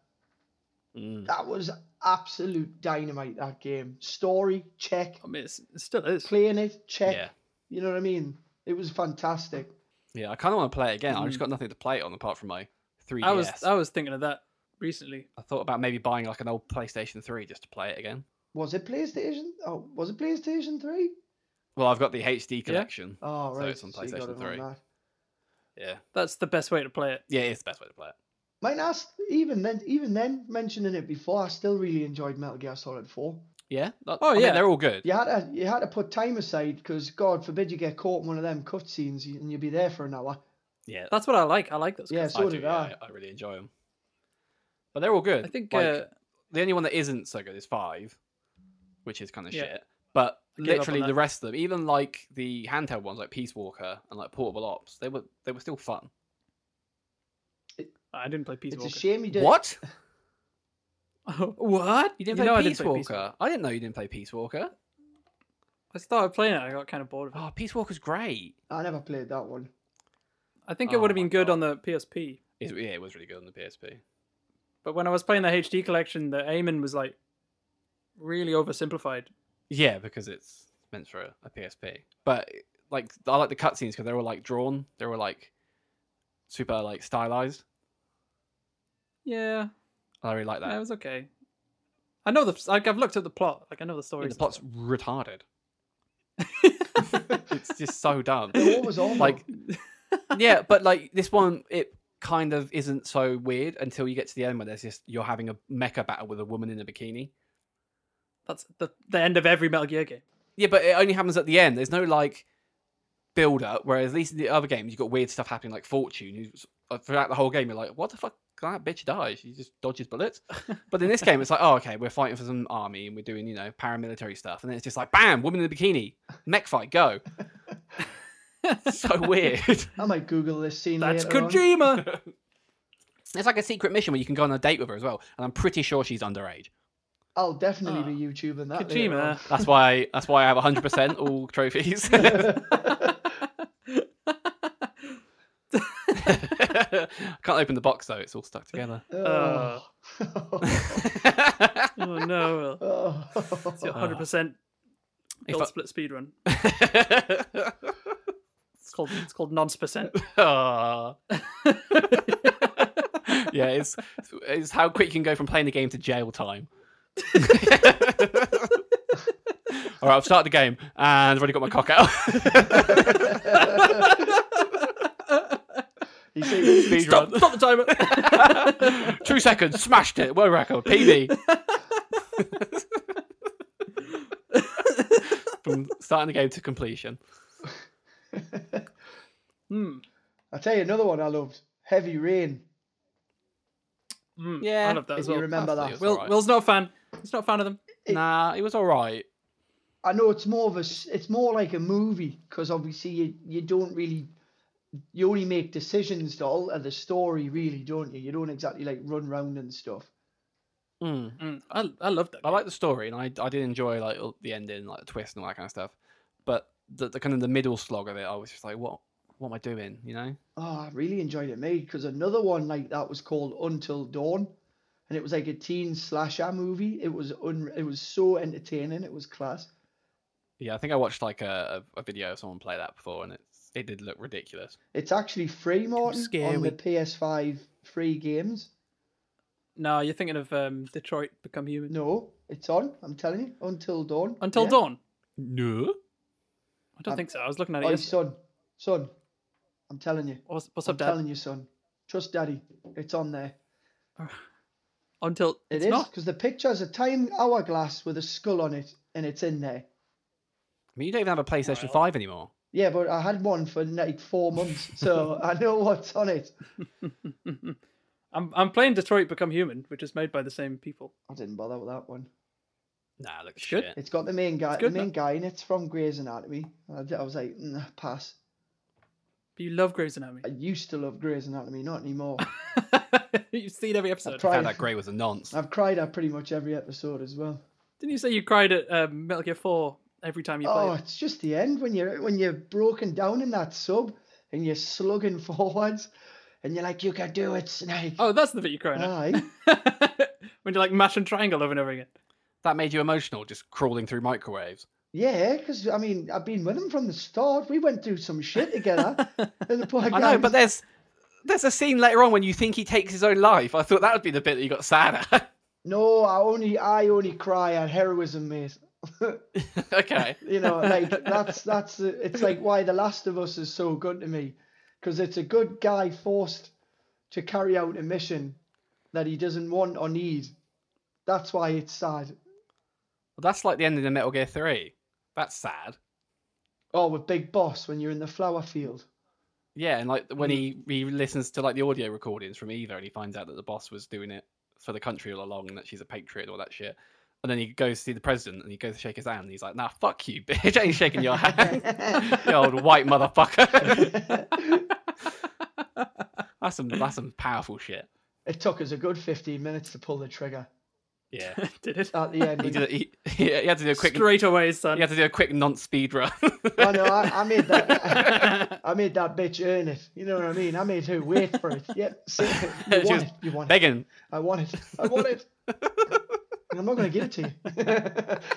[SPEAKER 1] Mm.
[SPEAKER 2] That was absolute dynamite. That game story check,
[SPEAKER 3] I mean, it's, it still is.
[SPEAKER 2] playing it check.
[SPEAKER 1] Yeah,
[SPEAKER 2] You know what I mean? It was fantastic.
[SPEAKER 1] yeah. I kind of want to play it again. I've just got nothing to play it on apart from my 3DS.
[SPEAKER 3] Mm. I was I was thinking of that recently.
[SPEAKER 1] I thought about maybe buying like an old PlayStation 3 just to play it again.
[SPEAKER 2] Was it PlayStation? Oh, was it PlayStation Three?
[SPEAKER 1] Well, I've got the HD collection.
[SPEAKER 2] Oh,
[SPEAKER 1] So
[SPEAKER 2] right.
[SPEAKER 1] it's on
[SPEAKER 2] you got
[SPEAKER 1] PlayStation
[SPEAKER 2] it on
[SPEAKER 1] 3.
[SPEAKER 2] that.
[SPEAKER 1] yeah.
[SPEAKER 3] That's the best way to play it.
[SPEAKER 1] Yeah, it's the best way to play it.
[SPEAKER 2] Mine asked even then, even then mentioning it before, I still really enjoyed Metal Gear Solid Four.
[SPEAKER 1] Yeah. that-
[SPEAKER 3] Oh,
[SPEAKER 1] I mean,
[SPEAKER 3] yeah.
[SPEAKER 1] they're all good.
[SPEAKER 2] You had to you had to put time aside because God forbid you get caught in one of them cutscenes and you'd be there for an hour.
[SPEAKER 1] Yeah.
[SPEAKER 3] That's what I like. I like those.
[SPEAKER 2] Yeah,
[SPEAKER 3] cuts.
[SPEAKER 2] so
[SPEAKER 1] I do.
[SPEAKER 2] did
[SPEAKER 1] yeah,
[SPEAKER 2] I.
[SPEAKER 1] I, I really enjoy them. But they're all good.
[SPEAKER 3] I think
[SPEAKER 1] Like,
[SPEAKER 3] uh,
[SPEAKER 1] the only one that isn't so good is five, which is kind of
[SPEAKER 3] Yeah.
[SPEAKER 1] shit. But
[SPEAKER 3] gave up
[SPEAKER 1] literally
[SPEAKER 3] on
[SPEAKER 1] the
[SPEAKER 3] that.
[SPEAKER 1] rest of them, even like the handheld ones like Peace Walker and like Portable Ops, they were they were still fun.
[SPEAKER 3] I didn't play Peace
[SPEAKER 2] it's
[SPEAKER 3] Walker.
[SPEAKER 2] a shame you did.
[SPEAKER 1] What?
[SPEAKER 3] what?
[SPEAKER 1] You didn't
[SPEAKER 3] know
[SPEAKER 1] play
[SPEAKER 3] I
[SPEAKER 1] Peace
[SPEAKER 3] didn't play
[SPEAKER 1] Walker? I didn't know you didn't play Peace Walker.
[SPEAKER 3] I started playing it. I got kind of bored of it.
[SPEAKER 1] Oh, Peace Walker's great.
[SPEAKER 2] I never played that one.
[SPEAKER 3] I think
[SPEAKER 1] Oh
[SPEAKER 3] it would have been
[SPEAKER 1] my
[SPEAKER 3] good
[SPEAKER 1] God.
[SPEAKER 3] on the PSP,
[SPEAKER 1] It, yeah, it was really good on the PSP.
[SPEAKER 3] but when I was playing the HD collection, the Eamon was like really oversimplified.
[SPEAKER 1] Yeah, because it's meant for a, a PSP. But like, I like the cutscenes because they were like drawn. They were like super like stylized.
[SPEAKER 3] Yeah,
[SPEAKER 1] I really like that.
[SPEAKER 3] yeah, it was okay. I know the like I've looked at the plot. Like I know the story.
[SPEAKER 1] Yeah, the plot's retarded. It's just so dumb.
[SPEAKER 2] What was on?
[SPEAKER 1] Like, yeah, but like this one, it kind of isn't so weird until you get to the end where there's just you're having a mecha battle with a woman in a bikini.
[SPEAKER 3] That's the the end of every Metal Gear game.
[SPEAKER 1] Yeah, but it only happens at the end. There's no like build up. Whereas at least in the other games, you've got weird stuff happening, like Fortune. You, uh, throughout the whole game, you're like, what the fuck? That bitch dies. She just dodges bullets. But in this game, it's like, oh, okay, we're fighting for some army and we're doing, you know, paramilitary stuff. And then it's just like, bam, woman in a bikini, mech fight, go. so weird.
[SPEAKER 2] I might Google this scene.
[SPEAKER 3] That's
[SPEAKER 2] later on.
[SPEAKER 3] Kojima.
[SPEAKER 1] It's like a secret mission where you can go on a date with her as well, and I'm pretty sure she's underage.
[SPEAKER 2] I'll definitely
[SPEAKER 3] Ah,
[SPEAKER 2] be YouTubing that. later on.
[SPEAKER 3] Kojima.
[SPEAKER 1] That's why. That's why I have 100 percent all trophies. Can't open the box though; it's all stuck together.
[SPEAKER 2] Oh.
[SPEAKER 3] oh no,
[SPEAKER 2] Oh.
[SPEAKER 3] it's your hundred percent
[SPEAKER 1] If
[SPEAKER 3] build
[SPEAKER 1] I-
[SPEAKER 3] split speed run. It's called it's called nonce percent.
[SPEAKER 1] Ah. yeah, it's it's how quick you can go from playing the game to jail time. All right, I'll start the game, and I've already got my cock out.
[SPEAKER 2] You see,
[SPEAKER 1] Speed
[SPEAKER 3] Stop,
[SPEAKER 1] run.
[SPEAKER 3] stop the timer.
[SPEAKER 1] Two seconds, smashed it. World record, PB. From starting the game to completion.
[SPEAKER 3] Hmm.
[SPEAKER 2] I'll tell you another one I loved. Heavy Rain.
[SPEAKER 3] Hmm.
[SPEAKER 1] Yeah,
[SPEAKER 3] I love that
[SPEAKER 2] if
[SPEAKER 3] as
[SPEAKER 2] you
[SPEAKER 3] well.
[SPEAKER 2] remember
[SPEAKER 1] Absolutely,
[SPEAKER 2] that.
[SPEAKER 1] it's
[SPEAKER 3] Will
[SPEAKER 1] alright.
[SPEAKER 3] Will's not a fan. He's not a fan of them.
[SPEAKER 1] nah, it was all right.
[SPEAKER 2] I know it's more of a, s- it's more like a movie because obviously you, you don't really, you only make decisions to alter the story really, don't you? You don't exactly like run round and stuff.
[SPEAKER 1] Mm.
[SPEAKER 3] Hmm. I I love that.
[SPEAKER 1] I like the story, and I I did enjoy like all- the ending, like the twist and all that kind of stuff. But the, the kind of the middle slog of it, I was just like, what what am I doing? You know?
[SPEAKER 2] Oh, I really enjoyed it, mate. Because another one like that was called Until Dawn, and it was like a teen slasher movie. It was un, it was so entertaining. It was class.
[SPEAKER 1] Yeah, I think I watched like a, a, a video of someone play that before, and it's it did look ridiculous.
[SPEAKER 2] It's actually free, Martin, on
[SPEAKER 3] scary.
[SPEAKER 2] the PS5 free games.
[SPEAKER 3] No, you're thinking of um, Detroit Become Human.
[SPEAKER 2] No, it's on. I'm telling you, Until Dawn.
[SPEAKER 3] Until
[SPEAKER 2] yeah.
[SPEAKER 3] Dawn.
[SPEAKER 1] No,
[SPEAKER 3] I don't
[SPEAKER 2] Um,
[SPEAKER 3] think so. I was looking at it.
[SPEAKER 2] Oh,
[SPEAKER 3] yesterday.
[SPEAKER 2] son, son, I'm telling you.
[SPEAKER 3] What's, what's
[SPEAKER 2] I'm
[SPEAKER 3] up, Dad?
[SPEAKER 2] telling you, son. Trust daddy. It's on there.
[SPEAKER 3] Until
[SPEAKER 2] It
[SPEAKER 3] it's
[SPEAKER 2] is, 'cause
[SPEAKER 3] not.
[SPEAKER 2] because the picture's a time hourglass with a skull on it, and it's in there.
[SPEAKER 1] I mean you don't even have a PlayStation Five anymore.
[SPEAKER 2] Yeah, but I had one for like four months, so I know what's on it.
[SPEAKER 3] I'm I'm playing Detroit Become Human, which is made by the same people.
[SPEAKER 2] I didn't bother with that one.
[SPEAKER 1] Nah, it looks
[SPEAKER 3] Good.
[SPEAKER 1] shit.
[SPEAKER 2] It's got the main guy, the
[SPEAKER 3] good,
[SPEAKER 2] main guy, and it's from Grey's Anatomy. I, d- I was like, "Nah, pass.
[SPEAKER 3] But you love Grey's Anatomy.
[SPEAKER 2] I used to love Grey's Anatomy, not anymore.
[SPEAKER 3] You've seen every
[SPEAKER 2] I've
[SPEAKER 3] episode.
[SPEAKER 1] Found
[SPEAKER 2] tried.
[SPEAKER 1] out Grey was a nonce.
[SPEAKER 2] I've cried at pretty much every episode as well.
[SPEAKER 3] Didn't you say you cried at um, Metal Gear Four every time you
[SPEAKER 2] Oh,
[SPEAKER 3] played?
[SPEAKER 2] it's just the end when you're when you're broken down in that sub and you're slugging forwards, and you're like, "You can do it, Snake."
[SPEAKER 3] Oh, that's the bit you cried at.
[SPEAKER 2] Aye.
[SPEAKER 3] when you like mash and triangle over and over again.
[SPEAKER 1] That made you emotional, just crawling through microwaves.
[SPEAKER 2] Yeah, because I mean, I've been with him from the start. We went through some shit together. and the poor
[SPEAKER 1] I
[SPEAKER 2] guy
[SPEAKER 1] know, but
[SPEAKER 2] was-
[SPEAKER 1] there's there's a scene later on when you think he takes his own life. I thought that would be the bit that you got sad at.
[SPEAKER 2] no, I only I only cry at heroism, mate.
[SPEAKER 1] okay.
[SPEAKER 2] you know, like that's that's the- it's like why The Last of Us is so good to me, because it's a good guy forced to carry out a mission that he doesn't want or need. That's why it's sad.
[SPEAKER 1] Well, that's like the end of the Metal Gear 3. That's sad.
[SPEAKER 2] Oh, with Big Boss when you're in the flower field.
[SPEAKER 1] Yeah, and like when he, he listens to like the audio recordings from Eva and he finds out that the boss was doing it for the country all along and that she's a patriot and all that shit. And then he goes to see the president and he goes to shake his hand and he's like, nah, fuck you, bitch. I ain't shaking your hand. you old white motherfucker. that's some that's some powerful shit.
[SPEAKER 2] It took us a good 15 minutes to pull the trigger
[SPEAKER 1] Yeah.
[SPEAKER 3] Did it
[SPEAKER 2] at the end.
[SPEAKER 1] He did it, he, he had to do a quick
[SPEAKER 3] straight away, son.
[SPEAKER 1] he had to do a quick non speed run.
[SPEAKER 2] I know. I, I made that. I made that bitch earn it. You know what I mean? I made her wait for it. Yep. see, you
[SPEAKER 1] She
[SPEAKER 2] want
[SPEAKER 1] was
[SPEAKER 2] it. You want it.
[SPEAKER 1] Begging.
[SPEAKER 2] I want it. I want it. and I'm not going to give it to you.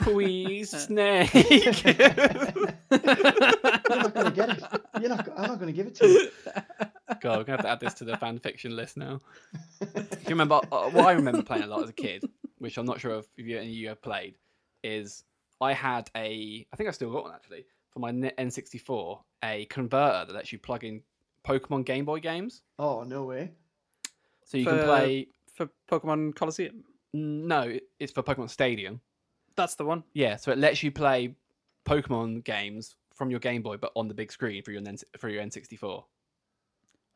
[SPEAKER 1] Please, snake.
[SPEAKER 2] You're not going to get it. You're not. I'm not going to give it to you.
[SPEAKER 1] God, we're gonna have to add this to the fan fiction list now. Do you remember uh, what I remember playing a lot as a kid, which I'm not sure if you, any of you have played, is I had a, I think I've still got one actually, for my N- N64, a converter that lets you plug in Pokemon Game Boy games,
[SPEAKER 2] Oh no way.
[SPEAKER 1] so you
[SPEAKER 3] For-
[SPEAKER 1] can play.
[SPEAKER 3] for Pokemon Coliseum.
[SPEAKER 1] No, it- it's for Pokemon Stadium.
[SPEAKER 3] That's the one.
[SPEAKER 1] Yeah, so it lets you play Pokemon games from your Game Boy, but on the big screen for your N- for your N64.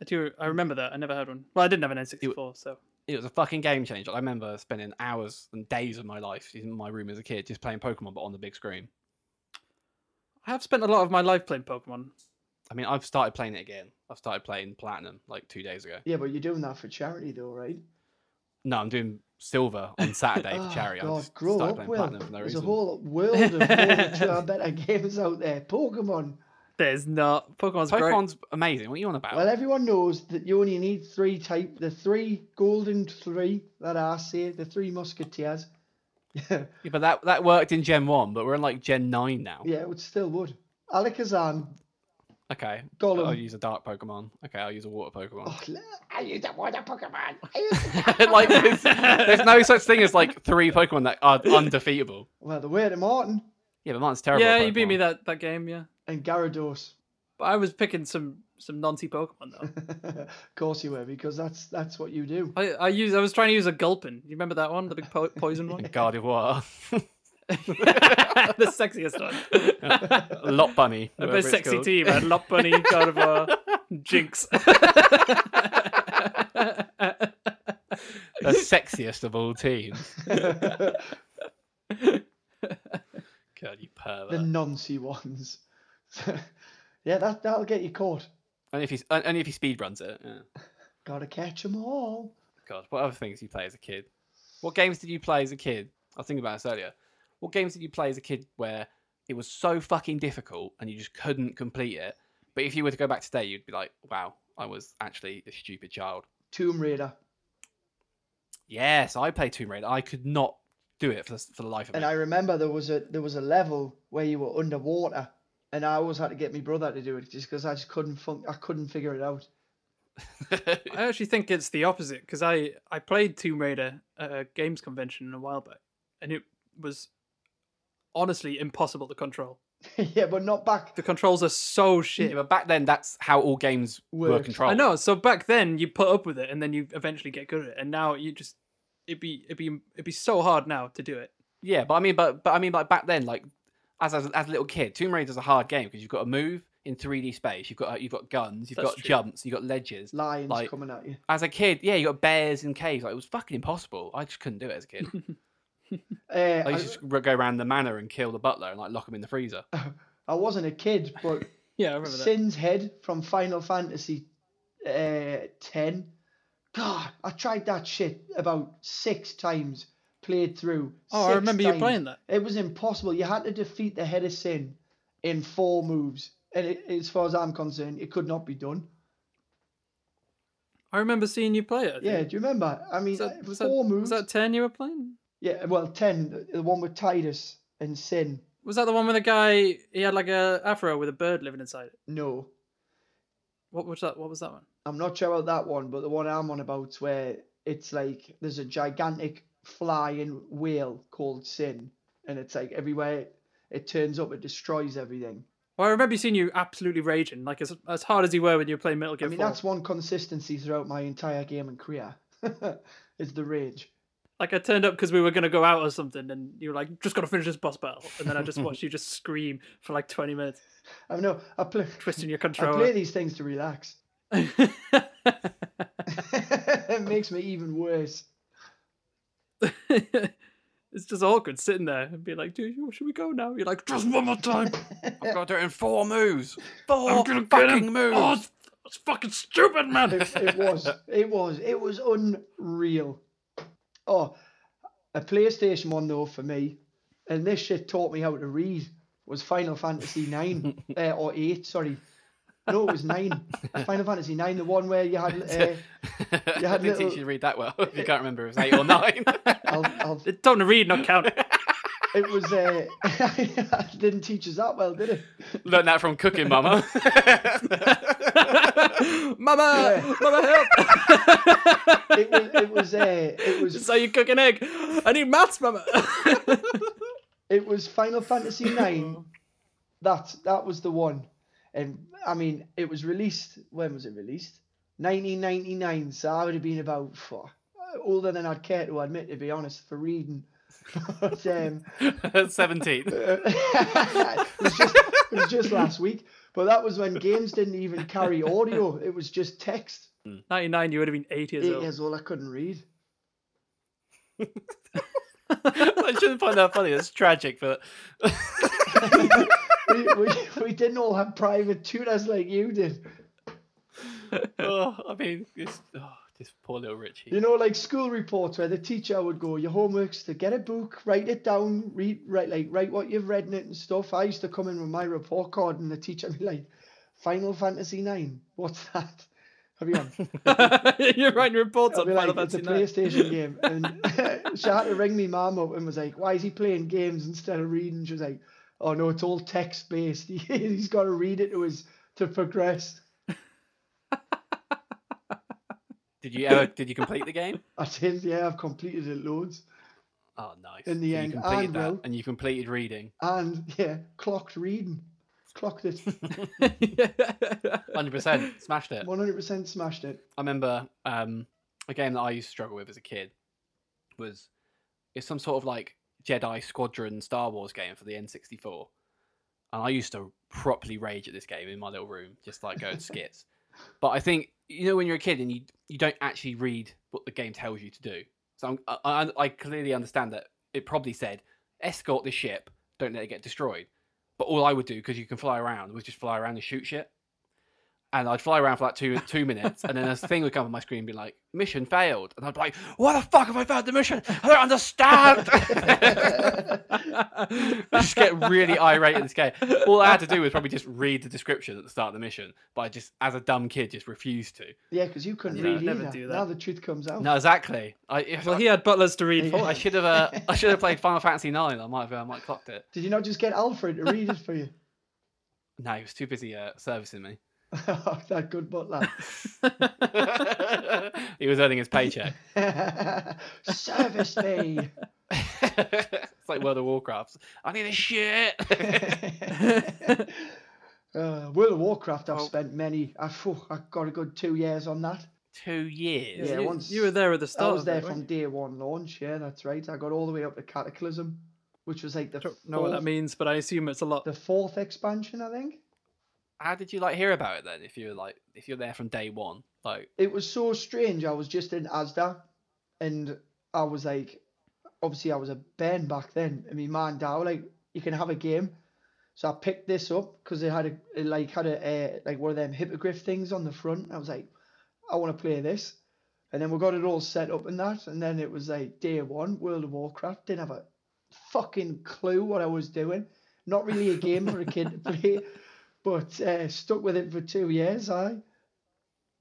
[SPEAKER 3] I do. I remember that. I never had one. Well, I didn't have an N64, so
[SPEAKER 1] it was a fucking game changer. I remember spending hours and days of my life in my room as a kid just playing Pokemon, but on the big screen.
[SPEAKER 3] I have spent a lot of my life playing Pokemon.
[SPEAKER 1] I mean, I've started playing it again. I've started playing Platinum like two days ago.
[SPEAKER 2] Yeah, but you're doing that for charity though, right?
[SPEAKER 1] No, I'm doing Silver on Saturday for charity. I
[SPEAKER 2] Ah, God,
[SPEAKER 1] just
[SPEAKER 2] grow
[SPEAKER 1] started
[SPEAKER 2] up,
[SPEAKER 1] playing
[SPEAKER 2] Will.
[SPEAKER 1] Platinum for no
[SPEAKER 2] There's
[SPEAKER 1] reason.
[SPEAKER 2] a whole world of more better games out there. Pokemon.
[SPEAKER 3] There's not Pokemon's, great.
[SPEAKER 1] Pokemon's amazing. What are you on about?
[SPEAKER 2] Well, everyone knows that you only need three type, the three golden three that I say, the three musketeers. yeah,
[SPEAKER 1] Yeah, but that that worked in Gen One, but we're in like Gen Nine now.
[SPEAKER 2] it would still would. Alakazam.
[SPEAKER 1] Okay,
[SPEAKER 2] Golem.
[SPEAKER 1] I'll use a dark Pokemon. Okay, I'll use a water Pokemon.
[SPEAKER 2] Oh, look, I used a water Pokemon. I used a-
[SPEAKER 1] like there's, there's no such thing as like three Pokemon that are undefeatable.
[SPEAKER 2] well, the way to Martin
[SPEAKER 1] Yeah, but mine's terrible.
[SPEAKER 3] Yeah,
[SPEAKER 1] at
[SPEAKER 3] you beat me
[SPEAKER 1] Pokemon.
[SPEAKER 3] that that game. Yeah,
[SPEAKER 2] and Gyarados.
[SPEAKER 3] but I was picking some some naughty Pokemon though.
[SPEAKER 2] of course you were, because that's that's what you do.
[SPEAKER 3] I I use I was trying to use a Gulpin. You remember that one, the big po- poison one,
[SPEAKER 1] Gardevoir.
[SPEAKER 3] the sexiest one.
[SPEAKER 1] Lot Bunny.
[SPEAKER 3] The
[SPEAKER 1] whatever
[SPEAKER 3] most
[SPEAKER 1] it's
[SPEAKER 3] sexy
[SPEAKER 1] called.
[SPEAKER 3] team: uh, Lop Bunny, Gardevoir, Jinx.
[SPEAKER 1] The sexiest of all teams.
[SPEAKER 2] the
[SPEAKER 1] God, you pervert.
[SPEAKER 2] noncy ones. yeah, that that'll get you caught.
[SPEAKER 1] Only if he only if he speed runs it. yeah.
[SPEAKER 2] Gotta catch 'em all.
[SPEAKER 1] God, what other things you play as a kid? What games did you play as a kid? I was thinking about this earlier. What games did you play as a kid where it was so fucking difficult and you just couldn't complete it? But if you were to go back today, you'd be like, "Wow, I was actually a stupid child."
[SPEAKER 2] Tomb Raider.
[SPEAKER 1] Yes, I played Tomb Raider. I could not do it for the, for the life of
[SPEAKER 2] And
[SPEAKER 1] me.
[SPEAKER 2] I remember there was a there was a level where you were underwater, and I always had to get my brother to do it just because I just couldn't fun- I couldn't figure it out.
[SPEAKER 3] I actually think it's the opposite because I I played Tomb Raider at a games convention a while back, and it was honestly impossible to control.
[SPEAKER 2] yeah, but not back.
[SPEAKER 3] The controls are so
[SPEAKER 1] yeah,
[SPEAKER 3] shit.
[SPEAKER 1] but back then, that's how all games were
[SPEAKER 2] Worked.
[SPEAKER 1] controlled.
[SPEAKER 3] I know. So back then you put up with it, and then you eventually get good at it, and now you just it'd be it'd be it'd be so hard now to do it.
[SPEAKER 1] Yeah, but I mean, but but I mean, like back then, like as as, as a little kid, Tomb Raider's a hard game because you've got to move in 3D space. You've got uh, you've got guns, you've
[SPEAKER 3] That's
[SPEAKER 1] got
[SPEAKER 3] true.
[SPEAKER 1] jumps, you've got ledges.
[SPEAKER 2] Lions
[SPEAKER 1] Like-
[SPEAKER 2] coming at you.
[SPEAKER 1] As a kid, yeah, you got bears and caves. Like, it was fucking impossible. I just couldn't do it as a kid.
[SPEAKER 2] Uh,
[SPEAKER 1] I used to just go around the manor and kill the butler and like lock him in the freezer.
[SPEAKER 2] I, I wasn't a kid, but
[SPEAKER 3] Yeah, I remember that.
[SPEAKER 2] Sin's head from Final Fantasy uh, 10. God, I tried that shit about six times, played through.
[SPEAKER 3] Oh, I
[SPEAKER 2] six
[SPEAKER 3] remember you
[SPEAKER 2] times.
[SPEAKER 3] playing that.
[SPEAKER 2] It was impossible. You had to defeat the head of Sin in four moves. And it, as far as I'm concerned, it could not be done.
[SPEAKER 3] I remember seeing you play it. I
[SPEAKER 2] Yeah,
[SPEAKER 3] think.
[SPEAKER 2] do you remember? I mean, uh,
[SPEAKER 3] was that, was that,
[SPEAKER 2] four moves.
[SPEAKER 3] was that ten you were playing?
[SPEAKER 2] Yeah, well, 10, the- the one with Titus and Sin.
[SPEAKER 3] Was that the one with the guy? He had like a afro with a bird living inside it.
[SPEAKER 2] No.
[SPEAKER 3] What was that? What was that one?
[SPEAKER 2] I'm not sure about that one, but the one I'm on about's where it's like there's a gigantic flying whale called Sin, and it's like everywhere it turns up, it destroys everything.
[SPEAKER 3] Well, I remember seeing you absolutely raging, like as as hard as you were when you were playing Metal Gear
[SPEAKER 2] I mean,
[SPEAKER 3] 4.
[SPEAKER 2] that's one consistency throughout my entire gaming career is the rage.
[SPEAKER 3] Like I turned up because we were gonna go out or something, and you were like, "Just gotta finish this boss battle," and then I just watched you just scream for like 20 minutes,
[SPEAKER 2] I know I play,
[SPEAKER 3] twisting your
[SPEAKER 2] I play
[SPEAKER 3] controller.
[SPEAKER 2] these things to relax. it makes me even worse.
[SPEAKER 3] it's just awkward sitting there and being like, "Dude, should we go now?" You're like, "Just one more time."
[SPEAKER 1] I've got to do it in four moves.
[SPEAKER 3] I'm
[SPEAKER 1] Four
[SPEAKER 3] gonna get
[SPEAKER 1] fucking
[SPEAKER 3] him.
[SPEAKER 1] moves.
[SPEAKER 3] Oh, it's, it's fucking stupid, man.
[SPEAKER 2] It, it was, it was, it was unreal. Oh, a PlayStation One though for me, and this shit taught me how to read was Final Fantasy Nine uh, or Eight, sorry, No, it was nine. Final Fantasy nine, the one where you had. Uh,
[SPEAKER 1] I don't think
[SPEAKER 2] little-
[SPEAKER 1] you should read that well if you can't remember if it was eight or nine.
[SPEAKER 2] I'll, I'll,
[SPEAKER 3] Don't read, not count.
[SPEAKER 2] it was. Uh, it didn't teach us that well, did it?
[SPEAKER 1] Learn that from cooking, mama.
[SPEAKER 3] mama,
[SPEAKER 2] Yeah.
[SPEAKER 3] mama, help!
[SPEAKER 2] It was. It was. Uh, it was.
[SPEAKER 3] so you cook an egg. I need maths, mama.
[SPEAKER 2] It was Final Fantasy nine. That that was the one, and I mean, it was released. When was it released? 1999. So I would have been about four, older than I'd care to admit, to be honest, for reading. But, um,
[SPEAKER 1] 17.
[SPEAKER 2] it, was just, it was just last week. But that was when games didn't even carry audio. It was just text.
[SPEAKER 3] 99, you would have been 80 years
[SPEAKER 2] Eight
[SPEAKER 3] old.
[SPEAKER 2] years old, I couldn't read.
[SPEAKER 1] I shouldn't find that funny. It's tragic, but
[SPEAKER 2] We, we, we didn't all have private tutors like you did.
[SPEAKER 1] oh, I mean, it's, oh, this poor little Richie.
[SPEAKER 2] You know, like school reports where the teacher would go, "Your homework's to get a book, write it down, read, write like write what you've read in it and stuff." I used to come in with my report card, and the teacher would be like, "Final Fantasy Nine, what's that?" I'd be on.
[SPEAKER 3] You're writing reports
[SPEAKER 2] I'd
[SPEAKER 3] on
[SPEAKER 2] be
[SPEAKER 3] Final
[SPEAKER 2] like, "It's
[SPEAKER 3] Fantasy
[SPEAKER 2] a
[SPEAKER 3] IX.
[SPEAKER 2] PlayStation game," and she had to ring me mum up and was like, "Why is he playing games instead of reading?" She was like, "Oh no, it's all text based. He's got to read it to his to progress."
[SPEAKER 1] Did you ever? Did you complete the game?
[SPEAKER 2] I said, "Yeah, I've completed it loads."
[SPEAKER 1] Oh, nice.
[SPEAKER 2] In the
[SPEAKER 1] So you
[SPEAKER 2] end,
[SPEAKER 1] completed
[SPEAKER 2] and
[SPEAKER 1] that,
[SPEAKER 2] Will.
[SPEAKER 1] and you completed reading.
[SPEAKER 2] And yeah, clocked reading. Clocked it.
[SPEAKER 1] Hundred percent, smashed it.
[SPEAKER 2] One hundred percent smashed it.
[SPEAKER 1] I remember um, a game that I used to struggle with as a kid was it's some sort of like Jedi Squadron Star Wars game for the N64, and I used to properly rage at this game in my little room, just like going skits. But I think you know when you're a kid and you you don't actually read what the game tells you to do. So I'm, I, I- I clearly understand that it probably said escort the ship, don't let it get destroyed. But all I would do because you can fly around was just fly around and shoot shit and I'd fly around for like two two minutes, and then this thing would come on my screen and be like, "Mission failed," and I'd be like, "What the fuck have I failed the mission? I don't understand." I just get really irate at this game. All I had to do was probably just read the description at the start of the mission, but I just, as a dumb kid, just refused to.
[SPEAKER 2] Yeah, because you couldn't
[SPEAKER 3] Yeah,
[SPEAKER 2] read
[SPEAKER 3] I'd never
[SPEAKER 2] either.
[SPEAKER 3] do
[SPEAKER 2] Now
[SPEAKER 3] that.
[SPEAKER 2] the truth comes out.
[SPEAKER 1] No, exactly. I, if
[SPEAKER 3] well,
[SPEAKER 1] I-
[SPEAKER 3] he had butlers to read
[SPEAKER 2] Yeah.
[SPEAKER 3] for.
[SPEAKER 1] I should have, uh, I should have played Final Fantasy Nine. I might have, I might have clocked it.
[SPEAKER 2] Did you not just get Alfred to read it for you?
[SPEAKER 1] No, he was too busy uh, servicing me.
[SPEAKER 2] Oh, that good butler.
[SPEAKER 1] he was earning his paycheck.
[SPEAKER 2] Service me.
[SPEAKER 1] it's like World of Warcraft. I need a shit.
[SPEAKER 2] Uh, World of Warcraft. I've
[SPEAKER 3] Oh.
[SPEAKER 2] spent many. I phew, I got a good two years on that.
[SPEAKER 1] Two years.
[SPEAKER 2] Yeah,
[SPEAKER 3] you,
[SPEAKER 2] once-
[SPEAKER 3] you were there at the start.
[SPEAKER 2] I was
[SPEAKER 3] of
[SPEAKER 2] there
[SPEAKER 3] it,
[SPEAKER 2] from
[SPEAKER 3] weren't
[SPEAKER 2] day one launch. Yeah, that's right. I got all the way up to Cataclysm, which was like the
[SPEAKER 3] you? Don't know what that
[SPEAKER 2] fourth-
[SPEAKER 3] means, but I assume it's a lot.
[SPEAKER 2] the fourth expansion, I think.
[SPEAKER 1] How did you like hear about it then? If you're like, if you're there from day one, like,
[SPEAKER 2] it was so strange. I was just in Asda, and I was like, obviously I was a Ben back then, and my man Dow like, you can have a game. So I picked this up because it had a it like had a uh, like one of them hippogriff things on the front. I was like, I want to play this, and then we got it all set up and that, and then it was like day one World of Warcraft. Didn't have a fucking clue what I was doing. Not really a game for a kid to play, but uh, stuck with it for two years. I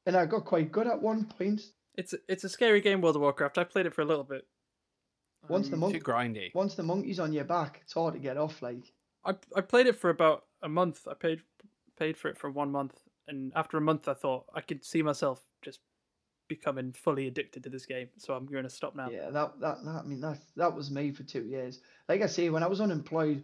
[SPEAKER 2] and I got quite good at one point.
[SPEAKER 3] It's it's a scary game, World of Warcraft. I played it for a little bit.
[SPEAKER 2] Once the
[SPEAKER 3] Um,
[SPEAKER 1] too
[SPEAKER 2] monk,
[SPEAKER 1] grindy.
[SPEAKER 2] once the monkey's on your back, it's hard to get off. Like,
[SPEAKER 3] I I played it for about a month. I paid paid for it for one month, and after a month, I thought I could see myself just becoming fully addicted to this game. So I'm going to stop now.
[SPEAKER 2] yeah, that, that that I mean that that was me for two years. Like I say, when I was unemployed,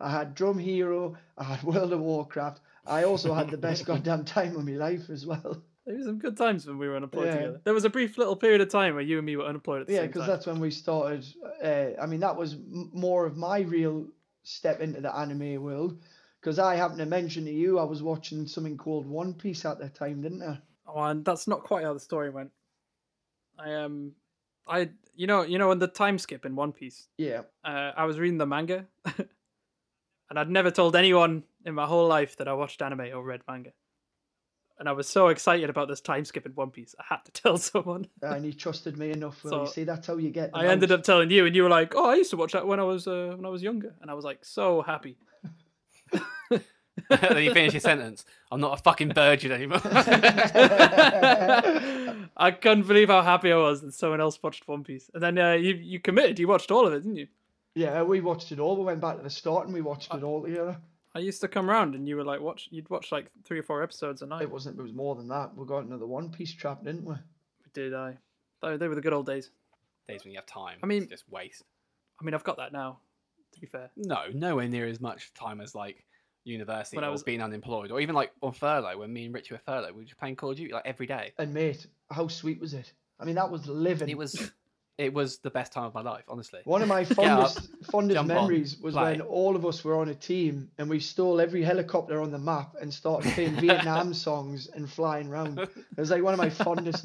[SPEAKER 2] I had Drum Hero, I had World of Warcraft. I also had the best goddamn time of my life as well.
[SPEAKER 3] There were some good times when we were unemployed
[SPEAKER 2] Yeah.
[SPEAKER 3] together. There was a brief little period of time where you and me were unemployed at the
[SPEAKER 2] Yeah,
[SPEAKER 3] same
[SPEAKER 2] because
[SPEAKER 3] time.
[SPEAKER 2] that's when we started. Uh, I mean, that was m- more of my real step into the anime world. Because I happened to mention to you, I was watching something called One Piece at that time, didn't I?
[SPEAKER 3] Oh, and that's not quite how the story went. I um, I you know you know in the time skip in One Piece,
[SPEAKER 2] Yeah.
[SPEAKER 3] uh, I was reading the manga, and I'd never told anyone in my whole life that I watched anime or read manga. And I was so excited about this time skip in One Piece, I had to tell someone.
[SPEAKER 2] and you trusted me enough. Will you
[SPEAKER 3] So,
[SPEAKER 2] see, that's how you get. them
[SPEAKER 3] I ended
[SPEAKER 2] out.
[SPEAKER 3] up telling you, and you were like, "Oh, I used to watch that when I was uh, when I was younger," and I was like so happy.
[SPEAKER 1] then you finish your sentence. I'm not a fucking virgin anymore.
[SPEAKER 3] I couldn't believe how happy I was that someone else watched One Piece. And then uh, you you committed. You watched all of it, didn't you?
[SPEAKER 2] yeah, we watched it all. We went back to the start and we watched it all together.
[SPEAKER 3] I used to come round and you were like watch. You'd watch like three or four episodes a night.
[SPEAKER 2] It wasn't. It was more than that. We got another One Piece trap, didn't we?
[SPEAKER 3] Did I? They, they were the good old days.
[SPEAKER 1] Days when you have time.
[SPEAKER 3] I mean-
[SPEAKER 1] it's just waste.
[SPEAKER 3] I mean, I've got that now. To be fair,
[SPEAKER 1] No, nowhere near as much time as like university
[SPEAKER 3] When I
[SPEAKER 1] or
[SPEAKER 3] was-
[SPEAKER 1] being unemployed or even like on furlough when me and Richie were furlough, we were just playing Call of Duty like every day.
[SPEAKER 2] And mate, how sweet was it? I mean, that was living.
[SPEAKER 1] It was it was the best time of my life, honestly.
[SPEAKER 2] One of my
[SPEAKER 1] up,
[SPEAKER 2] fondest fondest
[SPEAKER 1] jump on,
[SPEAKER 2] memories was
[SPEAKER 1] play.
[SPEAKER 2] when all of us were on a team and we stole every helicopter on the map and started playing Vietnam songs and flying round. It was like one of my fondest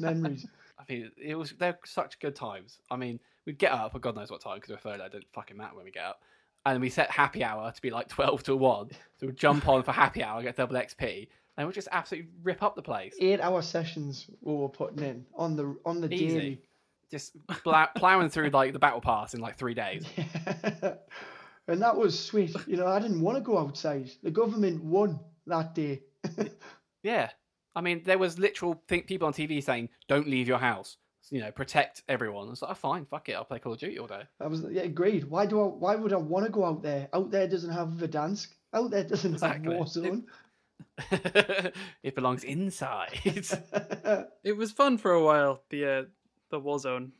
[SPEAKER 2] memories.
[SPEAKER 1] I mean, it was they're such good times. I mean, we'd get up at God knows what time because we're furloughed. It didn't fucking matter when we get up, and we set happy hour to be like twelve to one. So we'd jump on for happy hour, get double XP, and we'd just absolutely rip up the place.
[SPEAKER 2] Eight hour sessions we were putting in on the on the
[SPEAKER 1] Easy, just pla- plowing through like the battle pass in like three days.
[SPEAKER 2] daily. and that was sweet. You know, I didn't want to go outside. The government won that day.
[SPEAKER 1] Yeah, I mean, there was literal think people on TV saying, "Don't leave your house." You know, protect everyone. I was like, oh, fine, fuck it, I'll play Call of Duty all day.
[SPEAKER 2] I was yeah, agreed. Why do I why would I want to go out there? Out there doesn't have Verdansk. Out there doesn't
[SPEAKER 1] Exactly.
[SPEAKER 2] have Warzone.
[SPEAKER 1] it belongs inside.
[SPEAKER 3] it was fun for a while. The uh, the Warzone.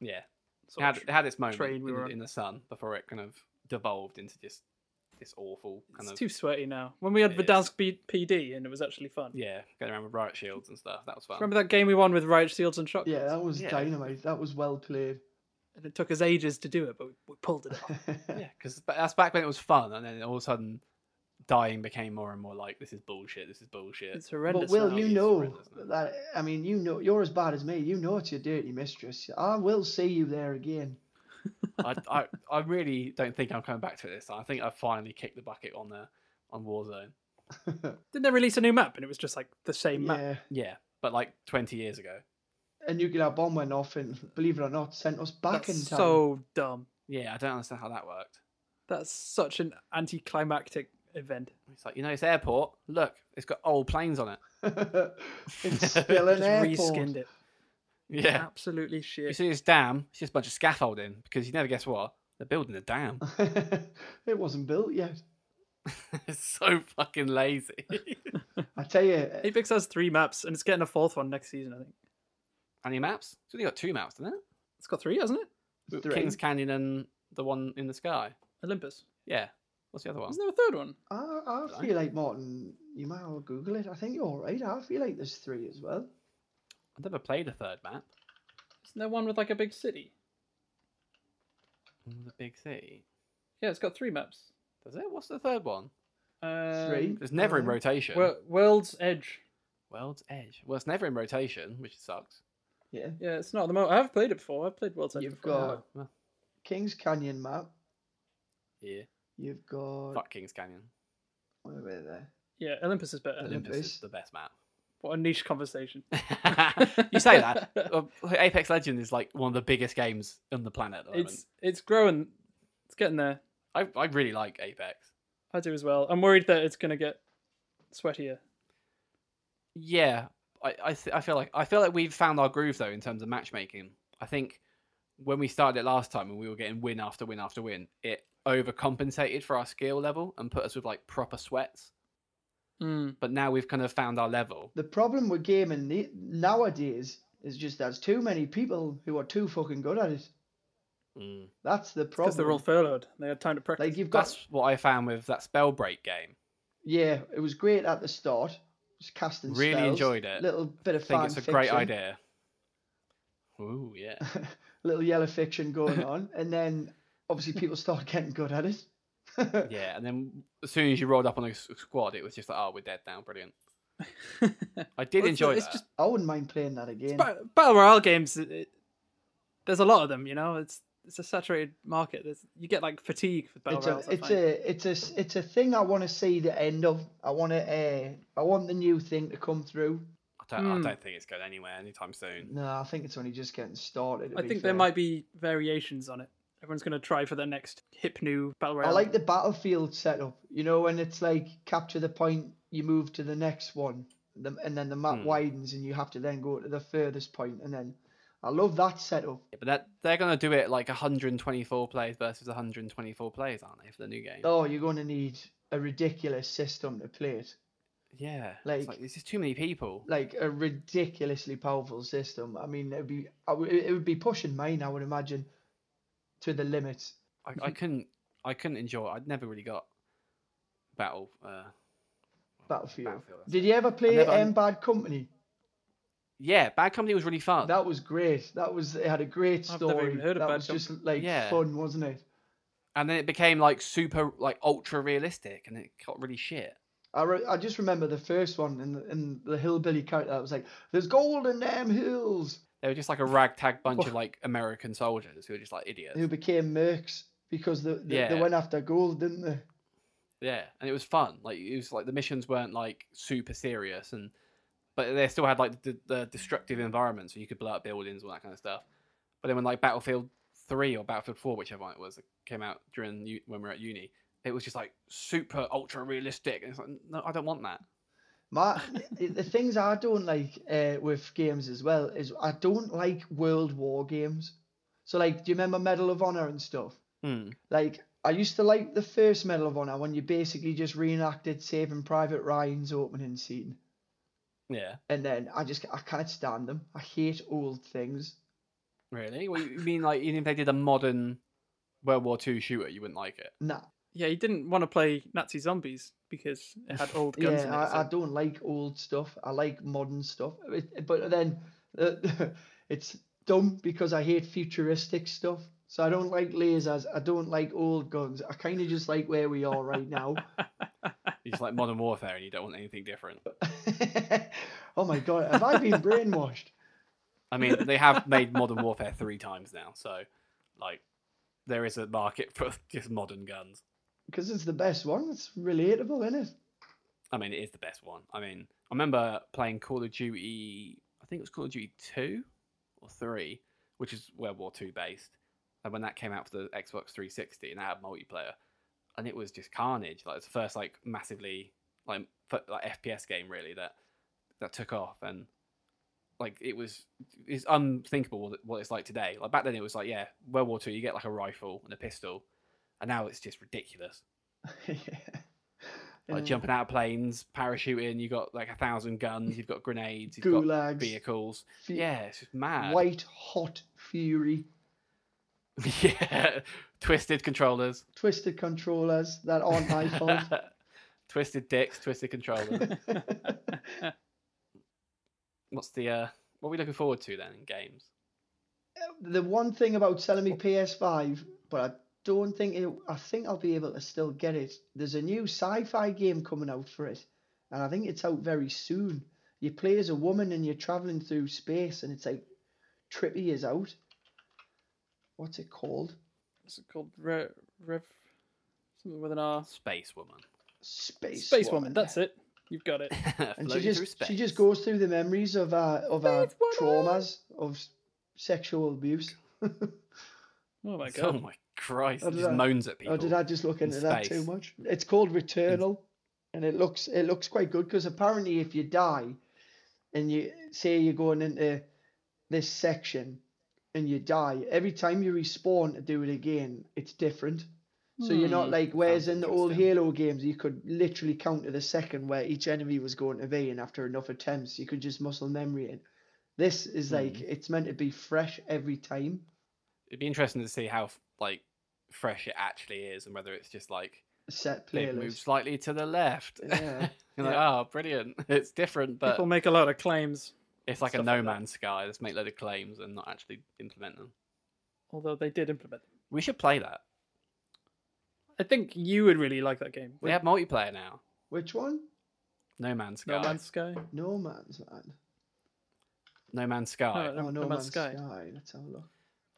[SPEAKER 1] yeah. It
[SPEAKER 3] Sort
[SPEAKER 1] had,
[SPEAKER 3] of
[SPEAKER 1] it had its moment
[SPEAKER 3] train we
[SPEAKER 1] in,
[SPEAKER 3] were
[SPEAKER 1] the-
[SPEAKER 3] on.
[SPEAKER 1] in the sun before it kind of devolved into just this awful kind
[SPEAKER 3] It's
[SPEAKER 1] of
[SPEAKER 3] too sweaty now. When we had
[SPEAKER 1] It is.
[SPEAKER 3] Verdansk B- PD and it was actually fun.
[SPEAKER 1] yeah going around with riot shields and stuff. That was fun.
[SPEAKER 3] Remember that game we won with Riot Shields and Shotguns?
[SPEAKER 2] Yeah, that was
[SPEAKER 1] Yeah.
[SPEAKER 2] dynamite. That was well played.
[SPEAKER 3] And it took us ages to do it, but we, we pulled it off.
[SPEAKER 1] yeah, because that's back when it was fun, and then all of a sudden, dying became more and more like this is bullshit. This is bullshit.
[SPEAKER 3] It's
[SPEAKER 2] but
[SPEAKER 3] horrendous.
[SPEAKER 2] Will,
[SPEAKER 3] now.
[SPEAKER 2] you
[SPEAKER 1] It's
[SPEAKER 2] know
[SPEAKER 1] horrendous, isn't it?
[SPEAKER 2] that I mean, you know, you're as bad as me. You know it's your dirty mistress. I will see you there again.
[SPEAKER 1] I, I I really don't think I'm coming back to it this time. I think I finally kicked the bucket on the on Warzone.
[SPEAKER 3] Didn't they release a new map and it was just like the same map?
[SPEAKER 2] Yeah,
[SPEAKER 1] Yeah, but like 20 years ago.
[SPEAKER 2] a nuclear bomb went off, and believe it or not, sent us back
[SPEAKER 3] That's
[SPEAKER 2] in time.
[SPEAKER 3] so dumb.
[SPEAKER 1] Yeah, I don't understand how that worked.
[SPEAKER 3] That's such an anticlimactic event.
[SPEAKER 1] It's like you know, it's airport. Look, it's got old planes on it.
[SPEAKER 2] it's still an
[SPEAKER 3] Just
[SPEAKER 2] airport.
[SPEAKER 3] reskinned it.
[SPEAKER 1] Yeah.
[SPEAKER 3] Absolutely
[SPEAKER 1] You
[SPEAKER 3] shit.
[SPEAKER 1] see this dam? It's just a bunch of scaffolding because you never guess what they're building a dam.
[SPEAKER 2] it wasn't built yet.
[SPEAKER 1] it's so fucking lazy,
[SPEAKER 2] I tell you, uh,
[SPEAKER 3] Apex has three maps and it's getting a fourth one next season, I think.
[SPEAKER 1] Any maps? It's only got two maps, doesn't it?
[SPEAKER 3] It's got three, hasn't it?
[SPEAKER 1] We've got
[SPEAKER 2] Three.
[SPEAKER 1] Kings Canyon and the one in the sky.
[SPEAKER 3] Olympus.
[SPEAKER 1] Yeah. What's the other one?
[SPEAKER 3] Isn't there a third one?
[SPEAKER 2] I, I feel like Martin. You might all Google it. I think you're right. I feel like there's three as well.
[SPEAKER 1] I've never played a third map.
[SPEAKER 3] Isn't there one with like a big city?
[SPEAKER 1] The big city.
[SPEAKER 3] Yeah, it's got three maps.
[SPEAKER 1] Does it? What's the third one?
[SPEAKER 3] Um,
[SPEAKER 2] Three.
[SPEAKER 1] It's never in
[SPEAKER 2] Yeah.
[SPEAKER 1] rotation.
[SPEAKER 3] Wor- World's Edge.
[SPEAKER 1] World's Edge. Well, it's never in rotation, which sucks.
[SPEAKER 2] Yeah.
[SPEAKER 3] Yeah, it's not at the moment. I've played it before. I've played World's Edge
[SPEAKER 2] You've
[SPEAKER 3] before.
[SPEAKER 2] got
[SPEAKER 1] well,
[SPEAKER 2] Kings Canyon map.
[SPEAKER 1] yeah.
[SPEAKER 2] You've got
[SPEAKER 1] Fuck Kings Canyon.
[SPEAKER 2] where were they?
[SPEAKER 3] Yeah, Olympus is better.
[SPEAKER 1] Olympus
[SPEAKER 2] Olympus.
[SPEAKER 1] is the best map.
[SPEAKER 3] What a niche conversation.
[SPEAKER 1] you say that. Well, Apex Legend is like one of the biggest games on the planet. At the moment.
[SPEAKER 3] it's it's growing. It's getting there.
[SPEAKER 1] I, I really like Apex.
[SPEAKER 3] I do as well. I'm worried that it's going to get sweatier.
[SPEAKER 1] Yeah, I I, th- I feel like I feel like we've found our groove though in terms of matchmaking. I think when we started it last time and we were getting win after win after win, it overcompensated for our skill level and put us with like proper sweats.
[SPEAKER 3] Mm.
[SPEAKER 1] But now we've kind of found our level.
[SPEAKER 2] The problem with gaming ne- nowadays is just there's too many people who are too fucking good at it.
[SPEAKER 1] Mm.
[SPEAKER 2] That's the
[SPEAKER 3] Because
[SPEAKER 2] problem.
[SPEAKER 3] they're all furloughed. They had time to practice.
[SPEAKER 2] like you've got
[SPEAKER 1] That's what I found with that spell break game.
[SPEAKER 2] yeah, it was great at the start. Just casting
[SPEAKER 1] Really
[SPEAKER 2] spells,
[SPEAKER 1] enjoyed it.
[SPEAKER 2] Little bit of
[SPEAKER 1] I think
[SPEAKER 2] fan
[SPEAKER 1] it's a
[SPEAKER 2] fiction,
[SPEAKER 1] great idea. Ooh yeah,
[SPEAKER 2] Little yellow fiction going on, and then obviously people start getting good at it.
[SPEAKER 1] yeah. And then as soon as you rolled up on a s- squad, it was just like, oh, we're dead now. Brilliant. I did
[SPEAKER 3] Well, it's-
[SPEAKER 1] enjoy
[SPEAKER 3] it's
[SPEAKER 1] that.
[SPEAKER 3] just-
[SPEAKER 2] I wouldn't mind playing that again.
[SPEAKER 3] Ba- Battle Royale games, it, it- there's a lot of them, you know? It's it's a saturated market. There's, you get like fatigue with Battle
[SPEAKER 2] It's a,
[SPEAKER 3] Royales. I
[SPEAKER 2] it's
[SPEAKER 3] find.
[SPEAKER 2] a it's a s- it's a thing I want to see the end of. I want to uh, I want the new thing to come through.
[SPEAKER 1] I, don't,
[SPEAKER 3] Hmm.
[SPEAKER 1] I don't think it's going anywhere anytime soon.
[SPEAKER 2] No, I think it's only just getting started. to
[SPEAKER 3] I
[SPEAKER 2] be
[SPEAKER 3] think there
[SPEAKER 2] fair.
[SPEAKER 3] might be variations on it Everyone's going to try for their next hip new battle royale.
[SPEAKER 2] I like the battlefield setup. You know, when it's like capture the point, you move to the next one, the- and then the map
[SPEAKER 1] Hmm.
[SPEAKER 2] widens, and you have to then go to the furthest point, and then I love that setup.
[SPEAKER 1] Yeah, but that they're gonna do it like 124 players versus 124 players, aren't they, for the new game?
[SPEAKER 2] Oh, you're going to need a ridiculous system to play it,
[SPEAKER 1] yeah,
[SPEAKER 2] like-
[SPEAKER 1] it's like this is too many people.
[SPEAKER 2] like a ridiculously powerful system. I mean, it'd be I would- it would be pushing mine, I would imagine, to the limits.
[SPEAKER 1] I, I couldn't, I couldn't enjoy. I'd never really got battle. Uh,
[SPEAKER 2] Battlefield.
[SPEAKER 1] Battlefield, that's
[SPEAKER 2] Did you ever play
[SPEAKER 1] never-
[SPEAKER 2] um, Bad Company?
[SPEAKER 1] yeah, Bad Company was really fun.
[SPEAKER 2] That was great. That was it had a great
[SPEAKER 3] I've
[SPEAKER 2] story.
[SPEAKER 3] never even heard of
[SPEAKER 2] that
[SPEAKER 3] Bad
[SPEAKER 2] was just like
[SPEAKER 1] Yeah.
[SPEAKER 2] fun, wasn't it?
[SPEAKER 1] and then it became like super, like ultra realistic, and it got really shit.
[SPEAKER 2] I, re- I just remember the first one and the, and the hillbilly character that was like, "There's gold in them hills,"
[SPEAKER 1] They were just like a ragtag bunch of like American soldiers who were just like idiots.
[SPEAKER 2] who became mercs because the, the, they
[SPEAKER 1] Yeah.
[SPEAKER 2] went after gold, didn't they?
[SPEAKER 1] Yeah, and it was fun. Like it was like the missions weren't like super serious, and but they still had like the, the destructive environment, so you could blow up buildings, all that kind of stuff. But then when like Battlefield Three or Battlefield Four, whichever one it was, that came out during u- when we were at uni, it was just like super ultra realistic, and it's like no, I don't want that.
[SPEAKER 2] My the the things I don't like uh, with games as well is I don't like world war games. So like, do you remember Medal of Honor and stuff? Like I used to like the first Medal of Honor when you basically just reenacted Saving Private Ryan's opening scene,
[SPEAKER 1] Yeah,
[SPEAKER 2] and then I just I can't stand them. I hate old things.
[SPEAKER 1] really? Well, you mean like even if they did a modern World War Two shooter, you wouldn't like it?
[SPEAKER 2] Nah,
[SPEAKER 3] yeah, you didn't want to play Nazi zombies because it had old guns in it.
[SPEAKER 2] yeah, I, I
[SPEAKER 3] so-
[SPEAKER 2] don't like old stuff. I like modern stuff. It- but then uh, it's dumb because I hate futuristic stuff. So I don't like lasers. I don't like old guns. I kind of just like where we are right now.
[SPEAKER 1] You just like modern warfare, and you don't want anything different.
[SPEAKER 2] oh my god, have I been brainwashed?
[SPEAKER 1] I mean, they have made Modern Warfare three times now, so like there is a market for just modern guns.
[SPEAKER 2] Because it's the best one. It's relatable, isn't it?
[SPEAKER 1] I mean, it is the best one. I mean, I remember playing Call of Duty. I think it was Call of Duty two or three, which is World War Two based, and when that came out for the Xbox 360 and that had multiplayer, and it was just carnage. Like it's the first like massively like f- like FPS game really that that took off and. Like it was, it's unthinkable what it- what it's like today. Like back then, it was like, yeah, World War Two, you get like a rifle and a pistol, and now it's just ridiculous
[SPEAKER 2] yeah.
[SPEAKER 1] like
[SPEAKER 2] Yeah.
[SPEAKER 1] jumping out of planes, parachuting. You got like a thousand guns. You've got grenades. You've got
[SPEAKER 2] gulags,
[SPEAKER 1] vehicles.
[SPEAKER 2] fu-
[SPEAKER 1] Yeah, it's just mad.
[SPEAKER 2] white hot fury,
[SPEAKER 1] yeah, twisted controllers,
[SPEAKER 2] twisted controllers that aren't my fault.
[SPEAKER 1] twisted dicks, twisted controllers.
[SPEAKER 2] Uh,
[SPEAKER 1] What's the uh, what are we looking forward to then in games?
[SPEAKER 2] the one thing about selling me PS5, but I don't think it, I think I'll be able to still get it. There's a new sci-fi game coming out for it, and I think it's out very soon. You play as a woman and you're traveling through space, and it's like trippy as out. What's it called?
[SPEAKER 3] What's it called? Re- Rev. Something with an R.
[SPEAKER 1] Space woman.
[SPEAKER 2] Space
[SPEAKER 3] Space Woman, that's it. You've got it.
[SPEAKER 2] And she
[SPEAKER 1] Floating through
[SPEAKER 2] just
[SPEAKER 1] space.
[SPEAKER 2] she just goes through the memories of uh of our
[SPEAKER 3] Space woman.
[SPEAKER 2] traumas of s- sexual abuse.
[SPEAKER 3] Oh my
[SPEAKER 1] Oh
[SPEAKER 3] god.
[SPEAKER 1] my Christ!
[SPEAKER 2] Or
[SPEAKER 1] It
[SPEAKER 2] did
[SPEAKER 1] just
[SPEAKER 2] I-
[SPEAKER 1] moans at people.
[SPEAKER 2] Or did I just look
[SPEAKER 1] in
[SPEAKER 2] into that too
[SPEAKER 1] space.
[SPEAKER 2] much? It's called Returnal, and it looks it looks quite good because apparently if you die, and you say you're going into this section, and you die, every time you respawn to do it again, it's different. So you're not
[SPEAKER 3] Hmm,
[SPEAKER 2] like whereas in the old
[SPEAKER 1] interesting.
[SPEAKER 2] Halo games you could literally count to the second where each enemy was going to be, and after enough attempts you could just muscle memory in. This is
[SPEAKER 1] Hmm.
[SPEAKER 2] like it's meant to be fresh every time.
[SPEAKER 1] It'd be interesting to see how like fresh it actually is, and whether it's just like
[SPEAKER 2] Set
[SPEAKER 1] they
[SPEAKER 2] playlist.
[SPEAKER 1] move slightly to the left.
[SPEAKER 2] Yeah.
[SPEAKER 1] You're like, oh, brilliant! It's different, but
[SPEAKER 3] People make a lot of claims,
[SPEAKER 1] It's like a
[SPEAKER 3] stuff
[SPEAKER 1] no
[SPEAKER 3] like that.
[SPEAKER 1] man's sky. Let's make load of claims and not actually implement them.
[SPEAKER 3] although they did implement them.
[SPEAKER 1] We should play that.
[SPEAKER 3] I think you would really like that game.
[SPEAKER 1] We have multiplayer now.
[SPEAKER 2] Which one?
[SPEAKER 1] No man's sky.
[SPEAKER 3] No Man's Sky.
[SPEAKER 2] No Man's Land.
[SPEAKER 1] No Man's Sky.
[SPEAKER 3] No, no,
[SPEAKER 2] Oh,
[SPEAKER 3] no Man's Sky.
[SPEAKER 2] Let's have a look.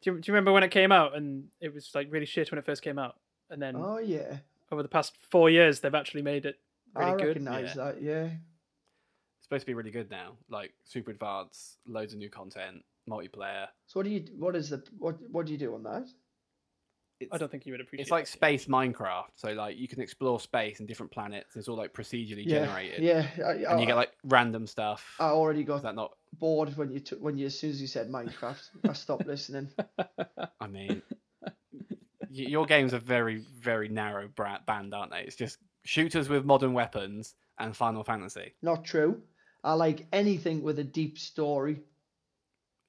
[SPEAKER 3] Do you, do you remember when it came out and it was like really shit when it first came out? And then
[SPEAKER 2] Oh yeah,
[SPEAKER 3] over the past four years, they've actually made it really
[SPEAKER 2] I
[SPEAKER 3] good.
[SPEAKER 2] recognise that. Yeah,
[SPEAKER 1] It's supposed to be really good now. Like super advanced, loads of new content, multiplayer.
[SPEAKER 2] So what do you? What is the? What What do you do on that?
[SPEAKER 1] It's,
[SPEAKER 3] I don't think you would appreciate.
[SPEAKER 1] it's like
[SPEAKER 3] it.
[SPEAKER 1] space Minecraft. So like you can explore space and different planets. It's all like procedurally
[SPEAKER 2] yeah,
[SPEAKER 1] generated.
[SPEAKER 2] yeah. I,
[SPEAKER 1] And
[SPEAKER 2] I-
[SPEAKER 1] you
[SPEAKER 3] Oh, uh,
[SPEAKER 1] get like random stuff.
[SPEAKER 2] I already got
[SPEAKER 1] Is that not?
[SPEAKER 2] bored when you took when you as soon as you said Minecraft. I stopped listening.
[SPEAKER 1] I mean, y- your games are very, very narrow bra- band, aren't they? It's just shooters with modern weapons and Final Fantasy.
[SPEAKER 2] Not true. I like anything with a deep story.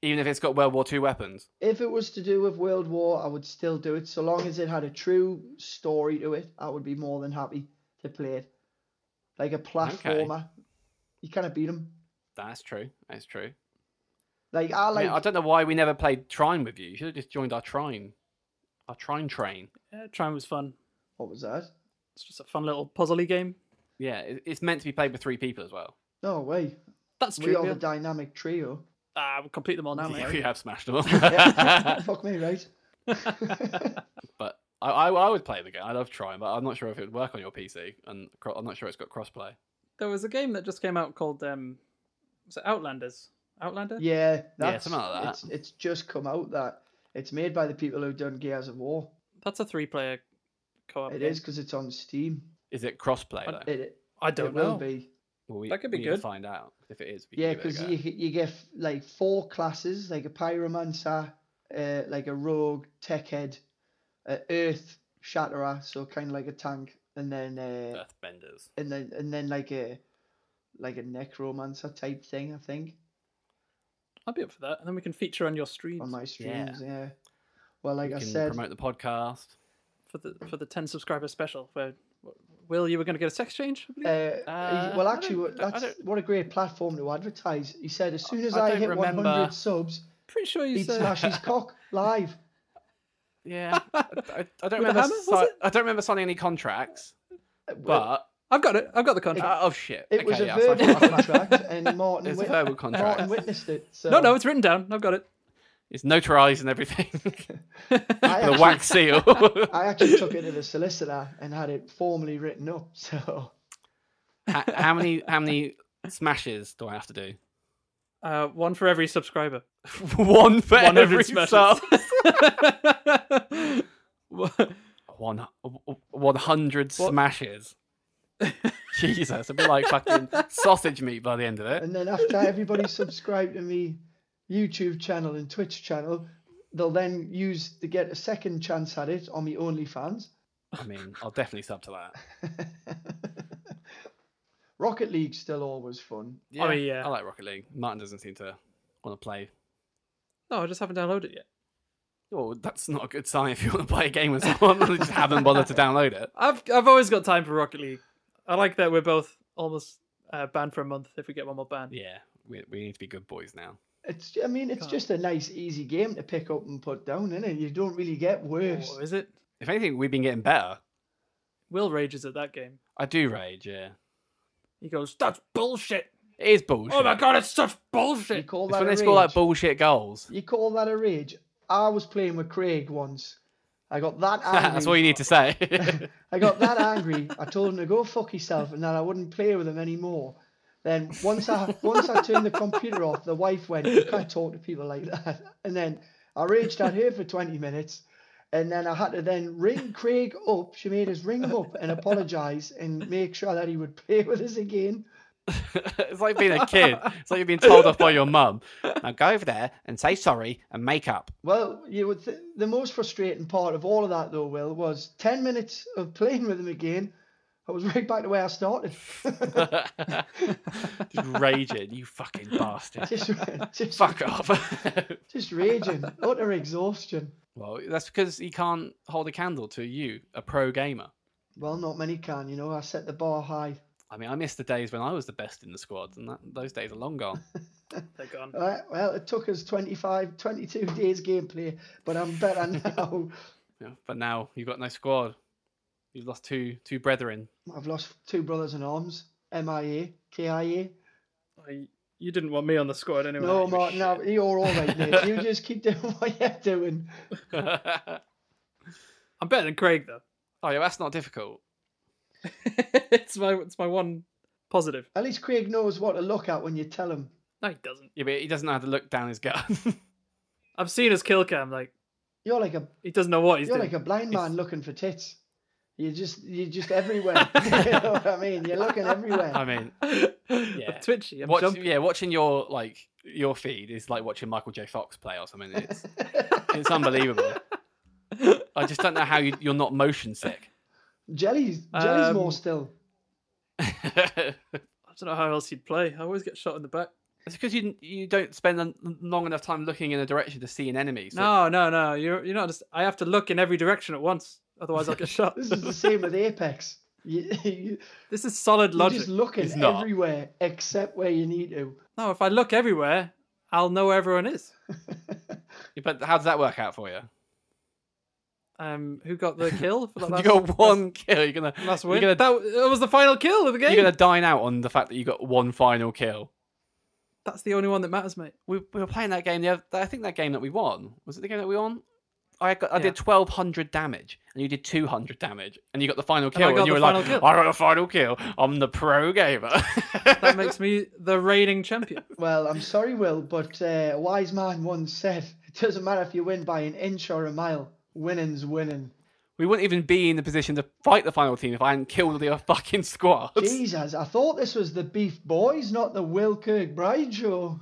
[SPEAKER 1] Even if it's got World War II weapons.
[SPEAKER 2] If it was to do with World War, I would still do it. So long as it had a true story to it, I would be more than happy to play it. Like a platformer. You kind of beat them.
[SPEAKER 1] That's true. That's true.
[SPEAKER 2] Like I
[SPEAKER 1] I, mean,
[SPEAKER 2] like
[SPEAKER 1] I don't know why we never played Trine with you. You should have just joined our Trine, our Trine train.
[SPEAKER 3] Yeah, Trine was fun.
[SPEAKER 2] what was that?
[SPEAKER 3] It's just a fun little puzzly game.
[SPEAKER 1] Yeah, it- it's meant to be played with three people as well.
[SPEAKER 2] No way.
[SPEAKER 3] That's
[SPEAKER 2] We are the
[SPEAKER 3] true.
[SPEAKER 2] dynamic trio.
[SPEAKER 3] Ah, we'll complete them all now,
[SPEAKER 1] Yeah,
[SPEAKER 3] mate.
[SPEAKER 1] we have smashed them all.
[SPEAKER 2] Yeah. Fuck me, right?
[SPEAKER 1] but I, I, I would play the game. I love Trine, but I'm not sure if it would work on your PC, and cro- I'm not sure it's got crossplay.
[SPEAKER 3] There was a game that just came out called um, was it Outlanders? Outlander?
[SPEAKER 2] Yeah, that's
[SPEAKER 1] something like that.
[SPEAKER 2] It's, it's just come out that it's made by the people who done Gears of War.
[SPEAKER 3] That's a three-player co-op.
[SPEAKER 2] It
[SPEAKER 3] game.
[SPEAKER 2] is because it's on Steam.
[SPEAKER 1] Is it crossplay
[SPEAKER 3] I-
[SPEAKER 1] though?
[SPEAKER 2] It
[SPEAKER 3] I don't
[SPEAKER 2] it
[SPEAKER 3] know.
[SPEAKER 2] will be.
[SPEAKER 1] Well, we,
[SPEAKER 3] That could be
[SPEAKER 1] we need to
[SPEAKER 3] good.
[SPEAKER 1] find out if it is. We can
[SPEAKER 2] Yeah,
[SPEAKER 1] give it a
[SPEAKER 2] because
[SPEAKER 1] go.
[SPEAKER 2] you you get like four classes, like a pyromancer, uh, like a rogue, tech head, uh, earth shatterer, so kind of like a tank, and then uh,
[SPEAKER 1] Earthbenders.
[SPEAKER 2] and then and then like a like a necromancer type thing, I think,
[SPEAKER 3] I'd be up for that, and then we can feature on your streams
[SPEAKER 2] on my
[SPEAKER 1] Yeah.
[SPEAKER 2] streams. Yeah. Well, like
[SPEAKER 1] We
[SPEAKER 2] I
[SPEAKER 1] can
[SPEAKER 2] said,
[SPEAKER 1] promote the podcast.
[SPEAKER 3] for the for the ten subscriber special. Where Will, you were going to get a sex change? I believe?
[SPEAKER 2] uh, he-
[SPEAKER 1] Uh,
[SPEAKER 2] well,
[SPEAKER 1] I
[SPEAKER 2] actually,
[SPEAKER 1] don't-
[SPEAKER 2] what-
[SPEAKER 1] I
[SPEAKER 2] that's
[SPEAKER 1] don't-
[SPEAKER 2] what a great platform to advertise. He said, as soon as
[SPEAKER 1] I
[SPEAKER 2] I,
[SPEAKER 1] don't
[SPEAKER 2] hit
[SPEAKER 1] remember-
[SPEAKER 2] 100 subs,
[SPEAKER 3] Pretty sure you
[SPEAKER 2] he'd
[SPEAKER 3] said
[SPEAKER 2] smash his cock live.
[SPEAKER 1] Yeah, I, I- I don't
[SPEAKER 3] With a
[SPEAKER 1] remember.
[SPEAKER 3] hammer,
[SPEAKER 1] si-
[SPEAKER 3] was it?
[SPEAKER 1] I don't remember signing any contracts, but
[SPEAKER 3] I've got it. I've got the contract.
[SPEAKER 1] Uh, oh shit!
[SPEAKER 2] It
[SPEAKER 1] okay,
[SPEAKER 2] was a
[SPEAKER 1] yeah, so I
[SPEAKER 2] verbal
[SPEAKER 1] thought-
[SPEAKER 2] contract, and Martin,
[SPEAKER 1] It's a
[SPEAKER 2] wit-
[SPEAKER 1] verbal contract.
[SPEAKER 2] Martin witnessed it. So
[SPEAKER 3] no, no, it's written down. I've got it.
[SPEAKER 1] It's notarized and everything. the
[SPEAKER 2] I actually,
[SPEAKER 1] wax seal.
[SPEAKER 2] I actually took it to the solicitor and had it formally written up. So
[SPEAKER 1] how, how many? How many smashes do I have to do?
[SPEAKER 3] Uh, one for every subscriber.
[SPEAKER 1] One for
[SPEAKER 3] One
[SPEAKER 1] every
[SPEAKER 3] every
[SPEAKER 1] sub.
[SPEAKER 3] smash.
[SPEAKER 1] One, one hundred smashes. Jesus, it'd be like fucking sausage meat by the end of it.
[SPEAKER 2] and then after everybody subscribed to me YouTube channel and Twitch channel, they'll then use to get a second chance at it on me OnlyFans.
[SPEAKER 1] I mean, I'll definitely sub to that.
[SPEAKER 2] Rocket League still always fun.
[SPEAKER 3] Oh, yeah.
[SPEAKER 1] I like Rocket League. Martin doesn't seem to want to play.
[SPEAKER 3] no, I just haven't downloaded it yet.
[SPEAKER 1] Oh, that's not a good sign if you want to play a game with someone and just haven't bothered to download it.
[SPEAKER 3] I've I've always got time for Rocket League. I like that we're both almost uh, banned for a month if we get one more ban.
[SPEAKER 1] Yeah, we, we need to be good boys now.
[SPEAKER 2] It's I mean it's just a nice easy game to pick up and put down, is it? You don't really get
[SPEAKER 1] Oh,
[SPEAKER 2] worse.
[SPEAKER 3] Or Oh, is it?
[SPEAKER 1] If anything, we've been getting better.
[SPEAKER 3] Will rages at that game.
[SPEAKER 1] I do rage, yeah.
[SPEAKER 3] He goes, "That's bullshit!
[SPEAKER 1] It is bullshit.
[SPEAKER 3] Oh my god, it's such
[SPEAKER 2] You
[SPEAKER 3] bullshit!"
[SPEAKER 2] call
[SPEAKER 1] It's
[SPEAKER 2] that
[SPEAKER 1] when
[SPEAKER 2] a
[SPEAKER 1] they score like
[SPEAKER 2] rage?
[SPEAKER 1] bullshit goals.
[SPEAKER 2] You call that a rage? I was playing with Craig once. I got that angry.
[SPEAKER 1] That's all you need to say.
[SPEAKER 2] I got that angry. I told him to go fuck himself and that I wouldn't play with him anymore. Then once I once I turned the computer off, the wife went, "You can't talk to people like that." And then I raged at her for twenty minutes, and then I had to then ring Craig up. She made us ring him up and apologise and make sure that he would play with us again.
[SPEAKER 1] it's like being a kid. It's like you're being told off by your mum. Now go over there and say sorry and make up.
[SPEAKER 2] Well, you would th- the most frustrating part of all of that though, Will, was ten minutes of playing with him again. I was right back to where I started.
[SPEAKER 1] just raging, you fucking bastard.
[SPEAKER 2] just, just,
[SPEAKER 1] Fuck off.
[SPEAKER 2] just raging, utter exhaustion.
[SPEAKER 1] well, that's because he can't hold a candle to you, a pro gamer.
[SPEAKER 2] Well, not many can, you know. I set the bar high.
[SPEAKER 1] I mean, I miss the days when I was the best in the squad, and that, those days are long gone.
[SPEAKER 3] They're gone. Oh,
[SPEAKER 2] All right, well, it took us 25, 22 days gameplay, but I'm better now.
[SPEAKER 1] Yeah, but now you've got no squad. You've lost two two brethren.
[SPEAKER 2] I've lost two brothers in arms, MIA, KIA.
[SPEAKER 3] I, you didn't want me on the squad anyway.
[SPEAKER 2] No,
[SPEAKER 1] you
[SPEAKER 2] Martin, now
[SPEAKER 1] shit.
[SPEAKER 2] you're all right, mate. You just keep doing what you're doing.
[SPEAKER 1] oh
[SPEAKER 3] I'm better than Craig though.
[SPEAKER 1] yeah, that's not difficult.
[SPEAKER 3] it's my it's my one positive.
[SPEAKER 2] At least Craig knows what to look at when you tell him.
[SPEAKER 3] No, he doesn't.
[SPEAKER 1] Yeah, but he doesn't know how to look down his gun.
[SPEAKER 3] I've seen his kill cam. Like
[SPEAKER 2] You're like a
[SPEAKER 3] He doesn't know what he's
[SPEAKER 2] you're
[SPEAKER 3] doing.
[SPEAKER 2] like a blind
[SPEAKER 1] It's-
[SPEAKER 2] man looking for tits. You just you're just everywhere. you know what I mean? You're looking everywhere.
[SPEAKER 1] I mean, Yeah.
[SPEAKER 3] I'm twitchy. I'm
[SPEAKER 1] watch,
[SPEAKER 3] jumping.
[SPEAKER 1] yeah, watching your like your feed is like watching Michael J. Fox play or something. It's it's unbelievable. I just don't know how you, you're not motion sick.
[SPEAKER 2] Jelly's Jelly's
[SPEAKER 3] Um,
[SPEAKER 2] more still.
[SPEAKER 1] it's
[SPEAKER 3] I don't know how else he'd play. I always get shot in the back.
[SPEAKER 1] because you you don't spend a long enough time looking in a direction to see an enemy. So
[SPEAKER 3] No, no, no. You're you're not. Just, I have to look in every direction at once. Otherwise, I'll get shot.
[SPEAKER 2] This is the same with Apex. You, you,
[SPEAKER 3] This is solid
[SPEAKER 2] you're
[SPEAKER 3] logic.
[SPEAKER 2] just looking
[SPEAKER 1] It's not.
[SPEAKER 2] everywhere except where you need to.
[SPEAKER 3] No, if I look everywhere, I'll know where everyone is.
[SPEAKER 1] but how does that work out for you?
[SPEAKER 3] Um, who got the kill? For that
[SPEAKER 1] you
[SPEAKER 3] last,
[SPEAKER 1] got one kill. You're gonna
[SPEAKER 3] last
[SPEAKER 1] you're
[SPEAKER 3] win.
[SPEAKER 1] gonna,
[SPEAKER 3] That, that was the final kill of the game.
[SPEAKER 1] you're gonna dine out on the fact that you got one final kill.
[SPEAKER 3] That's the only one that matters, mate.
[SPEAKER 1] We, we were playing that game. The other, I think that game that we won was it the game that we won. I got, I
[SPEAKER 3] Yeah.
[SPEAKER 1] did twelve hundred damage, and you did two hundred damage, and you got the final kill,
[SPEAKER 3] I
[SPEAKER 1] and,
[SPEAKER 3] got
[SPEAKER 1] you
[SPEAKER 3] the
[SPEAKER 1] were
[SPEAKER 3] final
[SPEAKER 1] like,
[SPEAKER 3] kill.
[SPEAKER 1] "I got the final kill. I'm the pro gamer."
[SPEAKER 3] That makes me the reigning champion.
[SPEAKER 2] Well, I'm sorry, Will, but uh, a wise man once said it doesn't matter if you win by an inch or a mile. Winning's winning.
[SPEAKER 1] we wouldn't even be in the position to fight the final team if I hadn't killed the fucking squad.
[SPEAKER 2] Jesus, I thought this was the Beef Boys, not the Will Kirkbride show.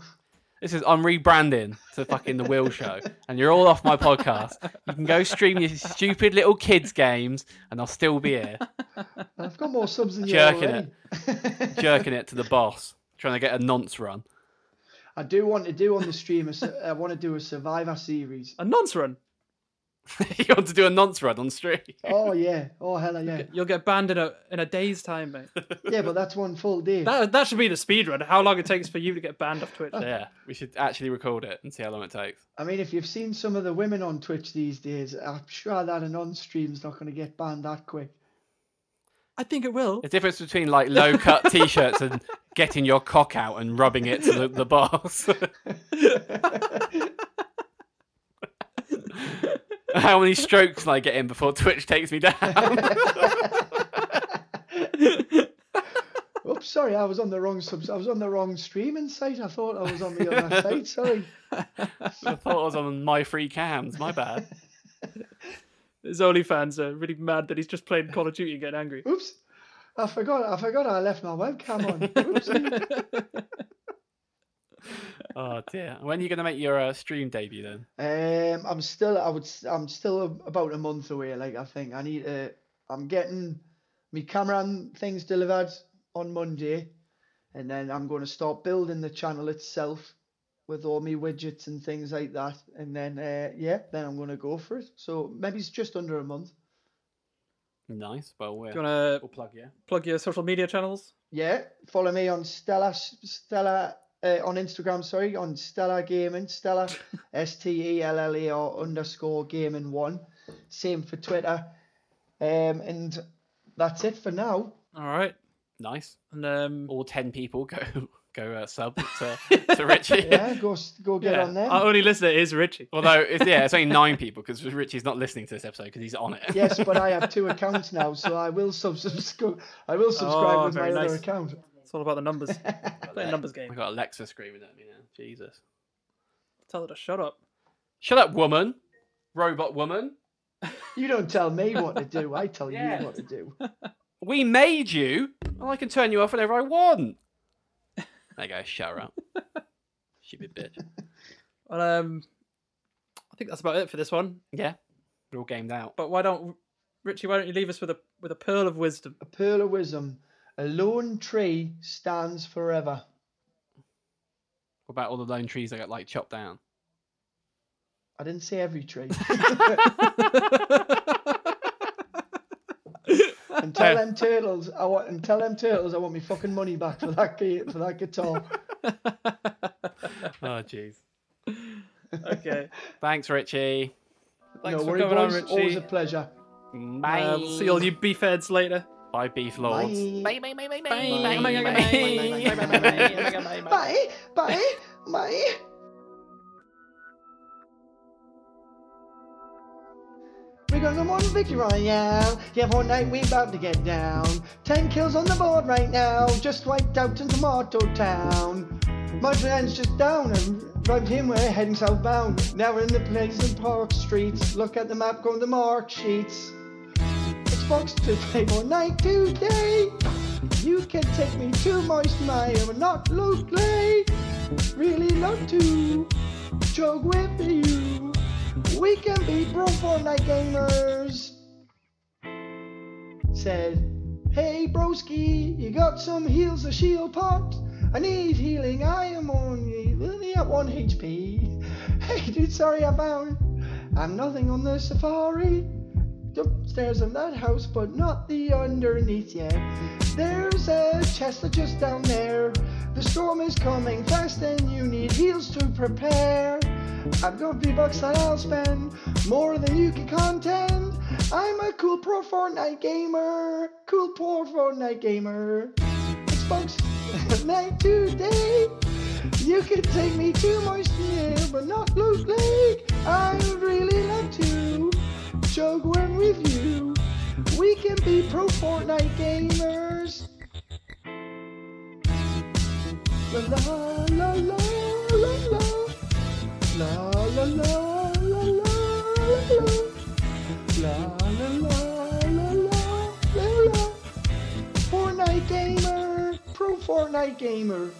[SPEAKER 1] This is I'm rebranding to fucking the Will Show, and you're all off my podcast. You can go stream your stupid little kids games, and I'll still be here
[SPEAKER 2] I've got more subs than you
[SPEAKER 1] Jerking
[SPEAKER 2] already.
[SPEAKER 1] jerking it to the boss, trying to get a nonce run.
[SPEAKER 2] I do want to do on the stream. A, su- I want to do a Survivor series.
[SPEAKER 3] A nonce run.
[SPEAKER 1] you want to do a nonce run on stream?
[SPEAKER 2] Oh yeah. Oh hell yeah.
[SPEAKER 3] You'll get banned in a in a day's time, mate.
[SPEAKER 2] Yeah, but that's one full day.
[SPEAKER 3] That that should be the speed run. How long it takes for you to get banned off Twitch? eh?
[SPEAKER 1] Yeah, we should actually record it and see how long it takes.
[SPEAKER 2] I mean, if you've seen some of the women on Twitch these days, I'm sure that an on stream's not going to get banned that quick.
[SPEAKER 3] I think it will.
[SPEAKER 1] The difference between like low cut t shirts and getting your cock out and rubbing it to the, the boss. how many strokes can I get in before Twitch takes me down?
[SPEAKER 2] Oops, sorry, I was on the wrong subs. I was on the wrong streaming site. I thought I was on the other site. Sorry.
[SPEAKER 1] I thought I was on my free cams. My bad.
[SPEAKER 3] His OnlyFans are really mad that he's just playing Call of Duty and getting angry.
[SPEAKER 2] Oops, I forgot. I forgot I left my webcam on. Oopsie.
[SPEAKER 1] Oh dear. When are you going to make your uh, stream debut then?
[SPEAKER 2] Um, I'm still, I would, s- I'm still a- about a month away. Like I think I need to. I'm getting my camera and things delivered on Monday, and then I'm going to start building the channel itself with all my widgets and things like that. And then, uh, yeah, then I'm going to go for it. So maybe it's just under a month.
[SPEAKER 1] Nice. Well, we're...
[SPEAKER 3] Do you want to
[SPEAKER 1] we'll plug you.
[SPEAKER 3] plug your social media channels?
[SPEAKER 2] Yeah, follow me on Stella Stella uh, on Instagram. Sorry, on Stella Gaming. Stella S T E L L E R underscore Gaming one. Same for Twitter. Um, and that's it for now.
[SPEAKER 3] All right.
[SPEAKER 1] Nice.
[SPEAKER 3] And um,
[SPEAKER 2] Oh,
[SPEAKER 1] All ten people go go uh, sub to, to Richie.
[SPEAKER 2] Yeah, go s- go get
[SPEAKER 3] yeah, Oh.
[SPEAKER 2] on there.
[SPEAKER 3] our only listener is Richie.
[SPEAKER 1] Although, it's, yeah, it's only nine people because Richie's not listening to this episode because he's on it.
[SPEAKER 2] yes, but I have two accounts now, so I will subscribe. I will subscribe
[SPEAKER 3] Oh,
[SPEAKER 2] with my
[SPEAKER 3] very
[SPEAKER 2] other
[SPEAKER 3] nice.
[SPEAKER 2] account.
[SPEAKER 3] It's all about the numbers. Play a numbers
[SPEAKER 1] I
[SPEAKER 3] game.
[SPEAKER 1] got Alexa screaming at me now. Jesus.
[SPEAKER 3] Tell her to shut up.
[SPEAKER 1] Shut up, woman. Robot woman.
[SPEAKER 2] You don't tell me what to do. I tell
[SPEAKER 1] Yeah.
[SPEAKER 2] you what to do.
[SPEAKER 1] We made you, and I can turn you off whenever I want. There you go. Shut her up. Stupid bitch.
[SPEAKER 3] Well, um, I think that's about it for this one.
[SPEAKER 1] Yeah. We're all gamed out.
[SPEAKER 3] But why don't Richie? Why don't you leave us with a with a pearl of wisdom?
[SPEAKER 2] A pearl of wisdom. A lone tree stands forever.
[SPEAKER 1] What about all the lone trees that got like chopped down?
[SPEAKER 2] I didn't say every tree. and tell them turtles, I want and tell them turtles, I want my fucking money back for that gu- for that guitar.
[SPEAKER 1] Oh, jeez.
[SPEAKER 3] Okay.
[SPEAKER 1] Thanks, Richie.
[SPEAKER 3] Thanks
[SPEAKER 2] no
[SPEAKER 3] for
[SPEAKER 2] worry,
[SPEAKER 3] coming on,
[SPEAKER 2] boys. Always
[SPEAKER 3] Richie.
[SPEAKER 2] a pleasure.
[SPEAKER 1] Bye.
[SPEAKER 3] Uh, we'll see all you beef heads later.
[SPEAKER 1] Bye, beef lords.
[SPEAKER 2] Bye.
[SPEAKER 3] Bye.
[SPEAKER 2] Bye. Bye. Bye. Bye. Bye. Bye. Bye. We're gonna win victory royale. Yeah, one night we about to get down. Ten kills on the board right now. Just wiped out in Tomato Town. Madrid's just down and Drive him, we're heading southbound. Now we're in the place in Park Streets. Look at the map, go on the mark sheets. It's Fox to play more night today. You can take me to Moist Mire, not locally. Really love to joke with you. We can be pro Fortnite gamers. Said, hey broski, you got some heals a shield pot? I need healing, I am only, only at 1 HP. Hey dude, sorry I found I'm nothing on the safari upstairs in that house, but not the underneath yet. There's a chest that just down there. The storm is coming fast and you need heals to prepare. I've got V-Bucks that I'll spend more than you can contend. I'm a cool pro Fortnite gamer. Cool pro Fortnite gamer. It's folks night today. You can take me to Moist Hill, but not Loot Lake. I would really love to. Joke when review. We can be pro Fortnite gamers. La la la la la la. La la la la la la la. La la la la la la la. Fortnite gamer, pro Fortnite gamer.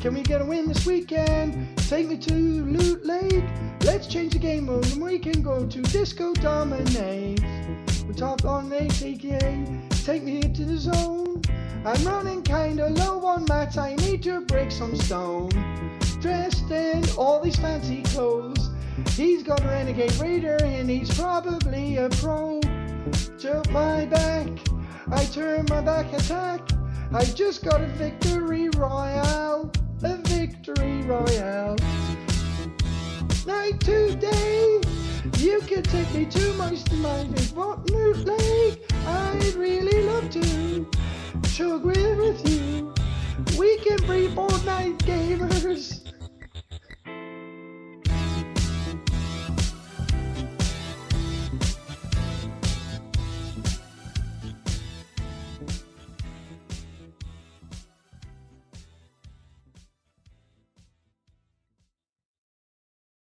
[SPEAKER 2] Can we get a win this weekend? Take me to Loot Lake. Let's change the game mode and we can go to Disco Dominate. We're top on ATK. Take me into the zone. I'm running kinda low on mats. I need to break some stone. Dressed in all these fancy clothes. He's got a renegade raider and he's probably a pro. Jump my back. I turn my back attack. I just got a victory royale. A victory royale. Night today. You can take me to most of my what new lake. I'd really love to chug with you. We can be Fortnite gamers.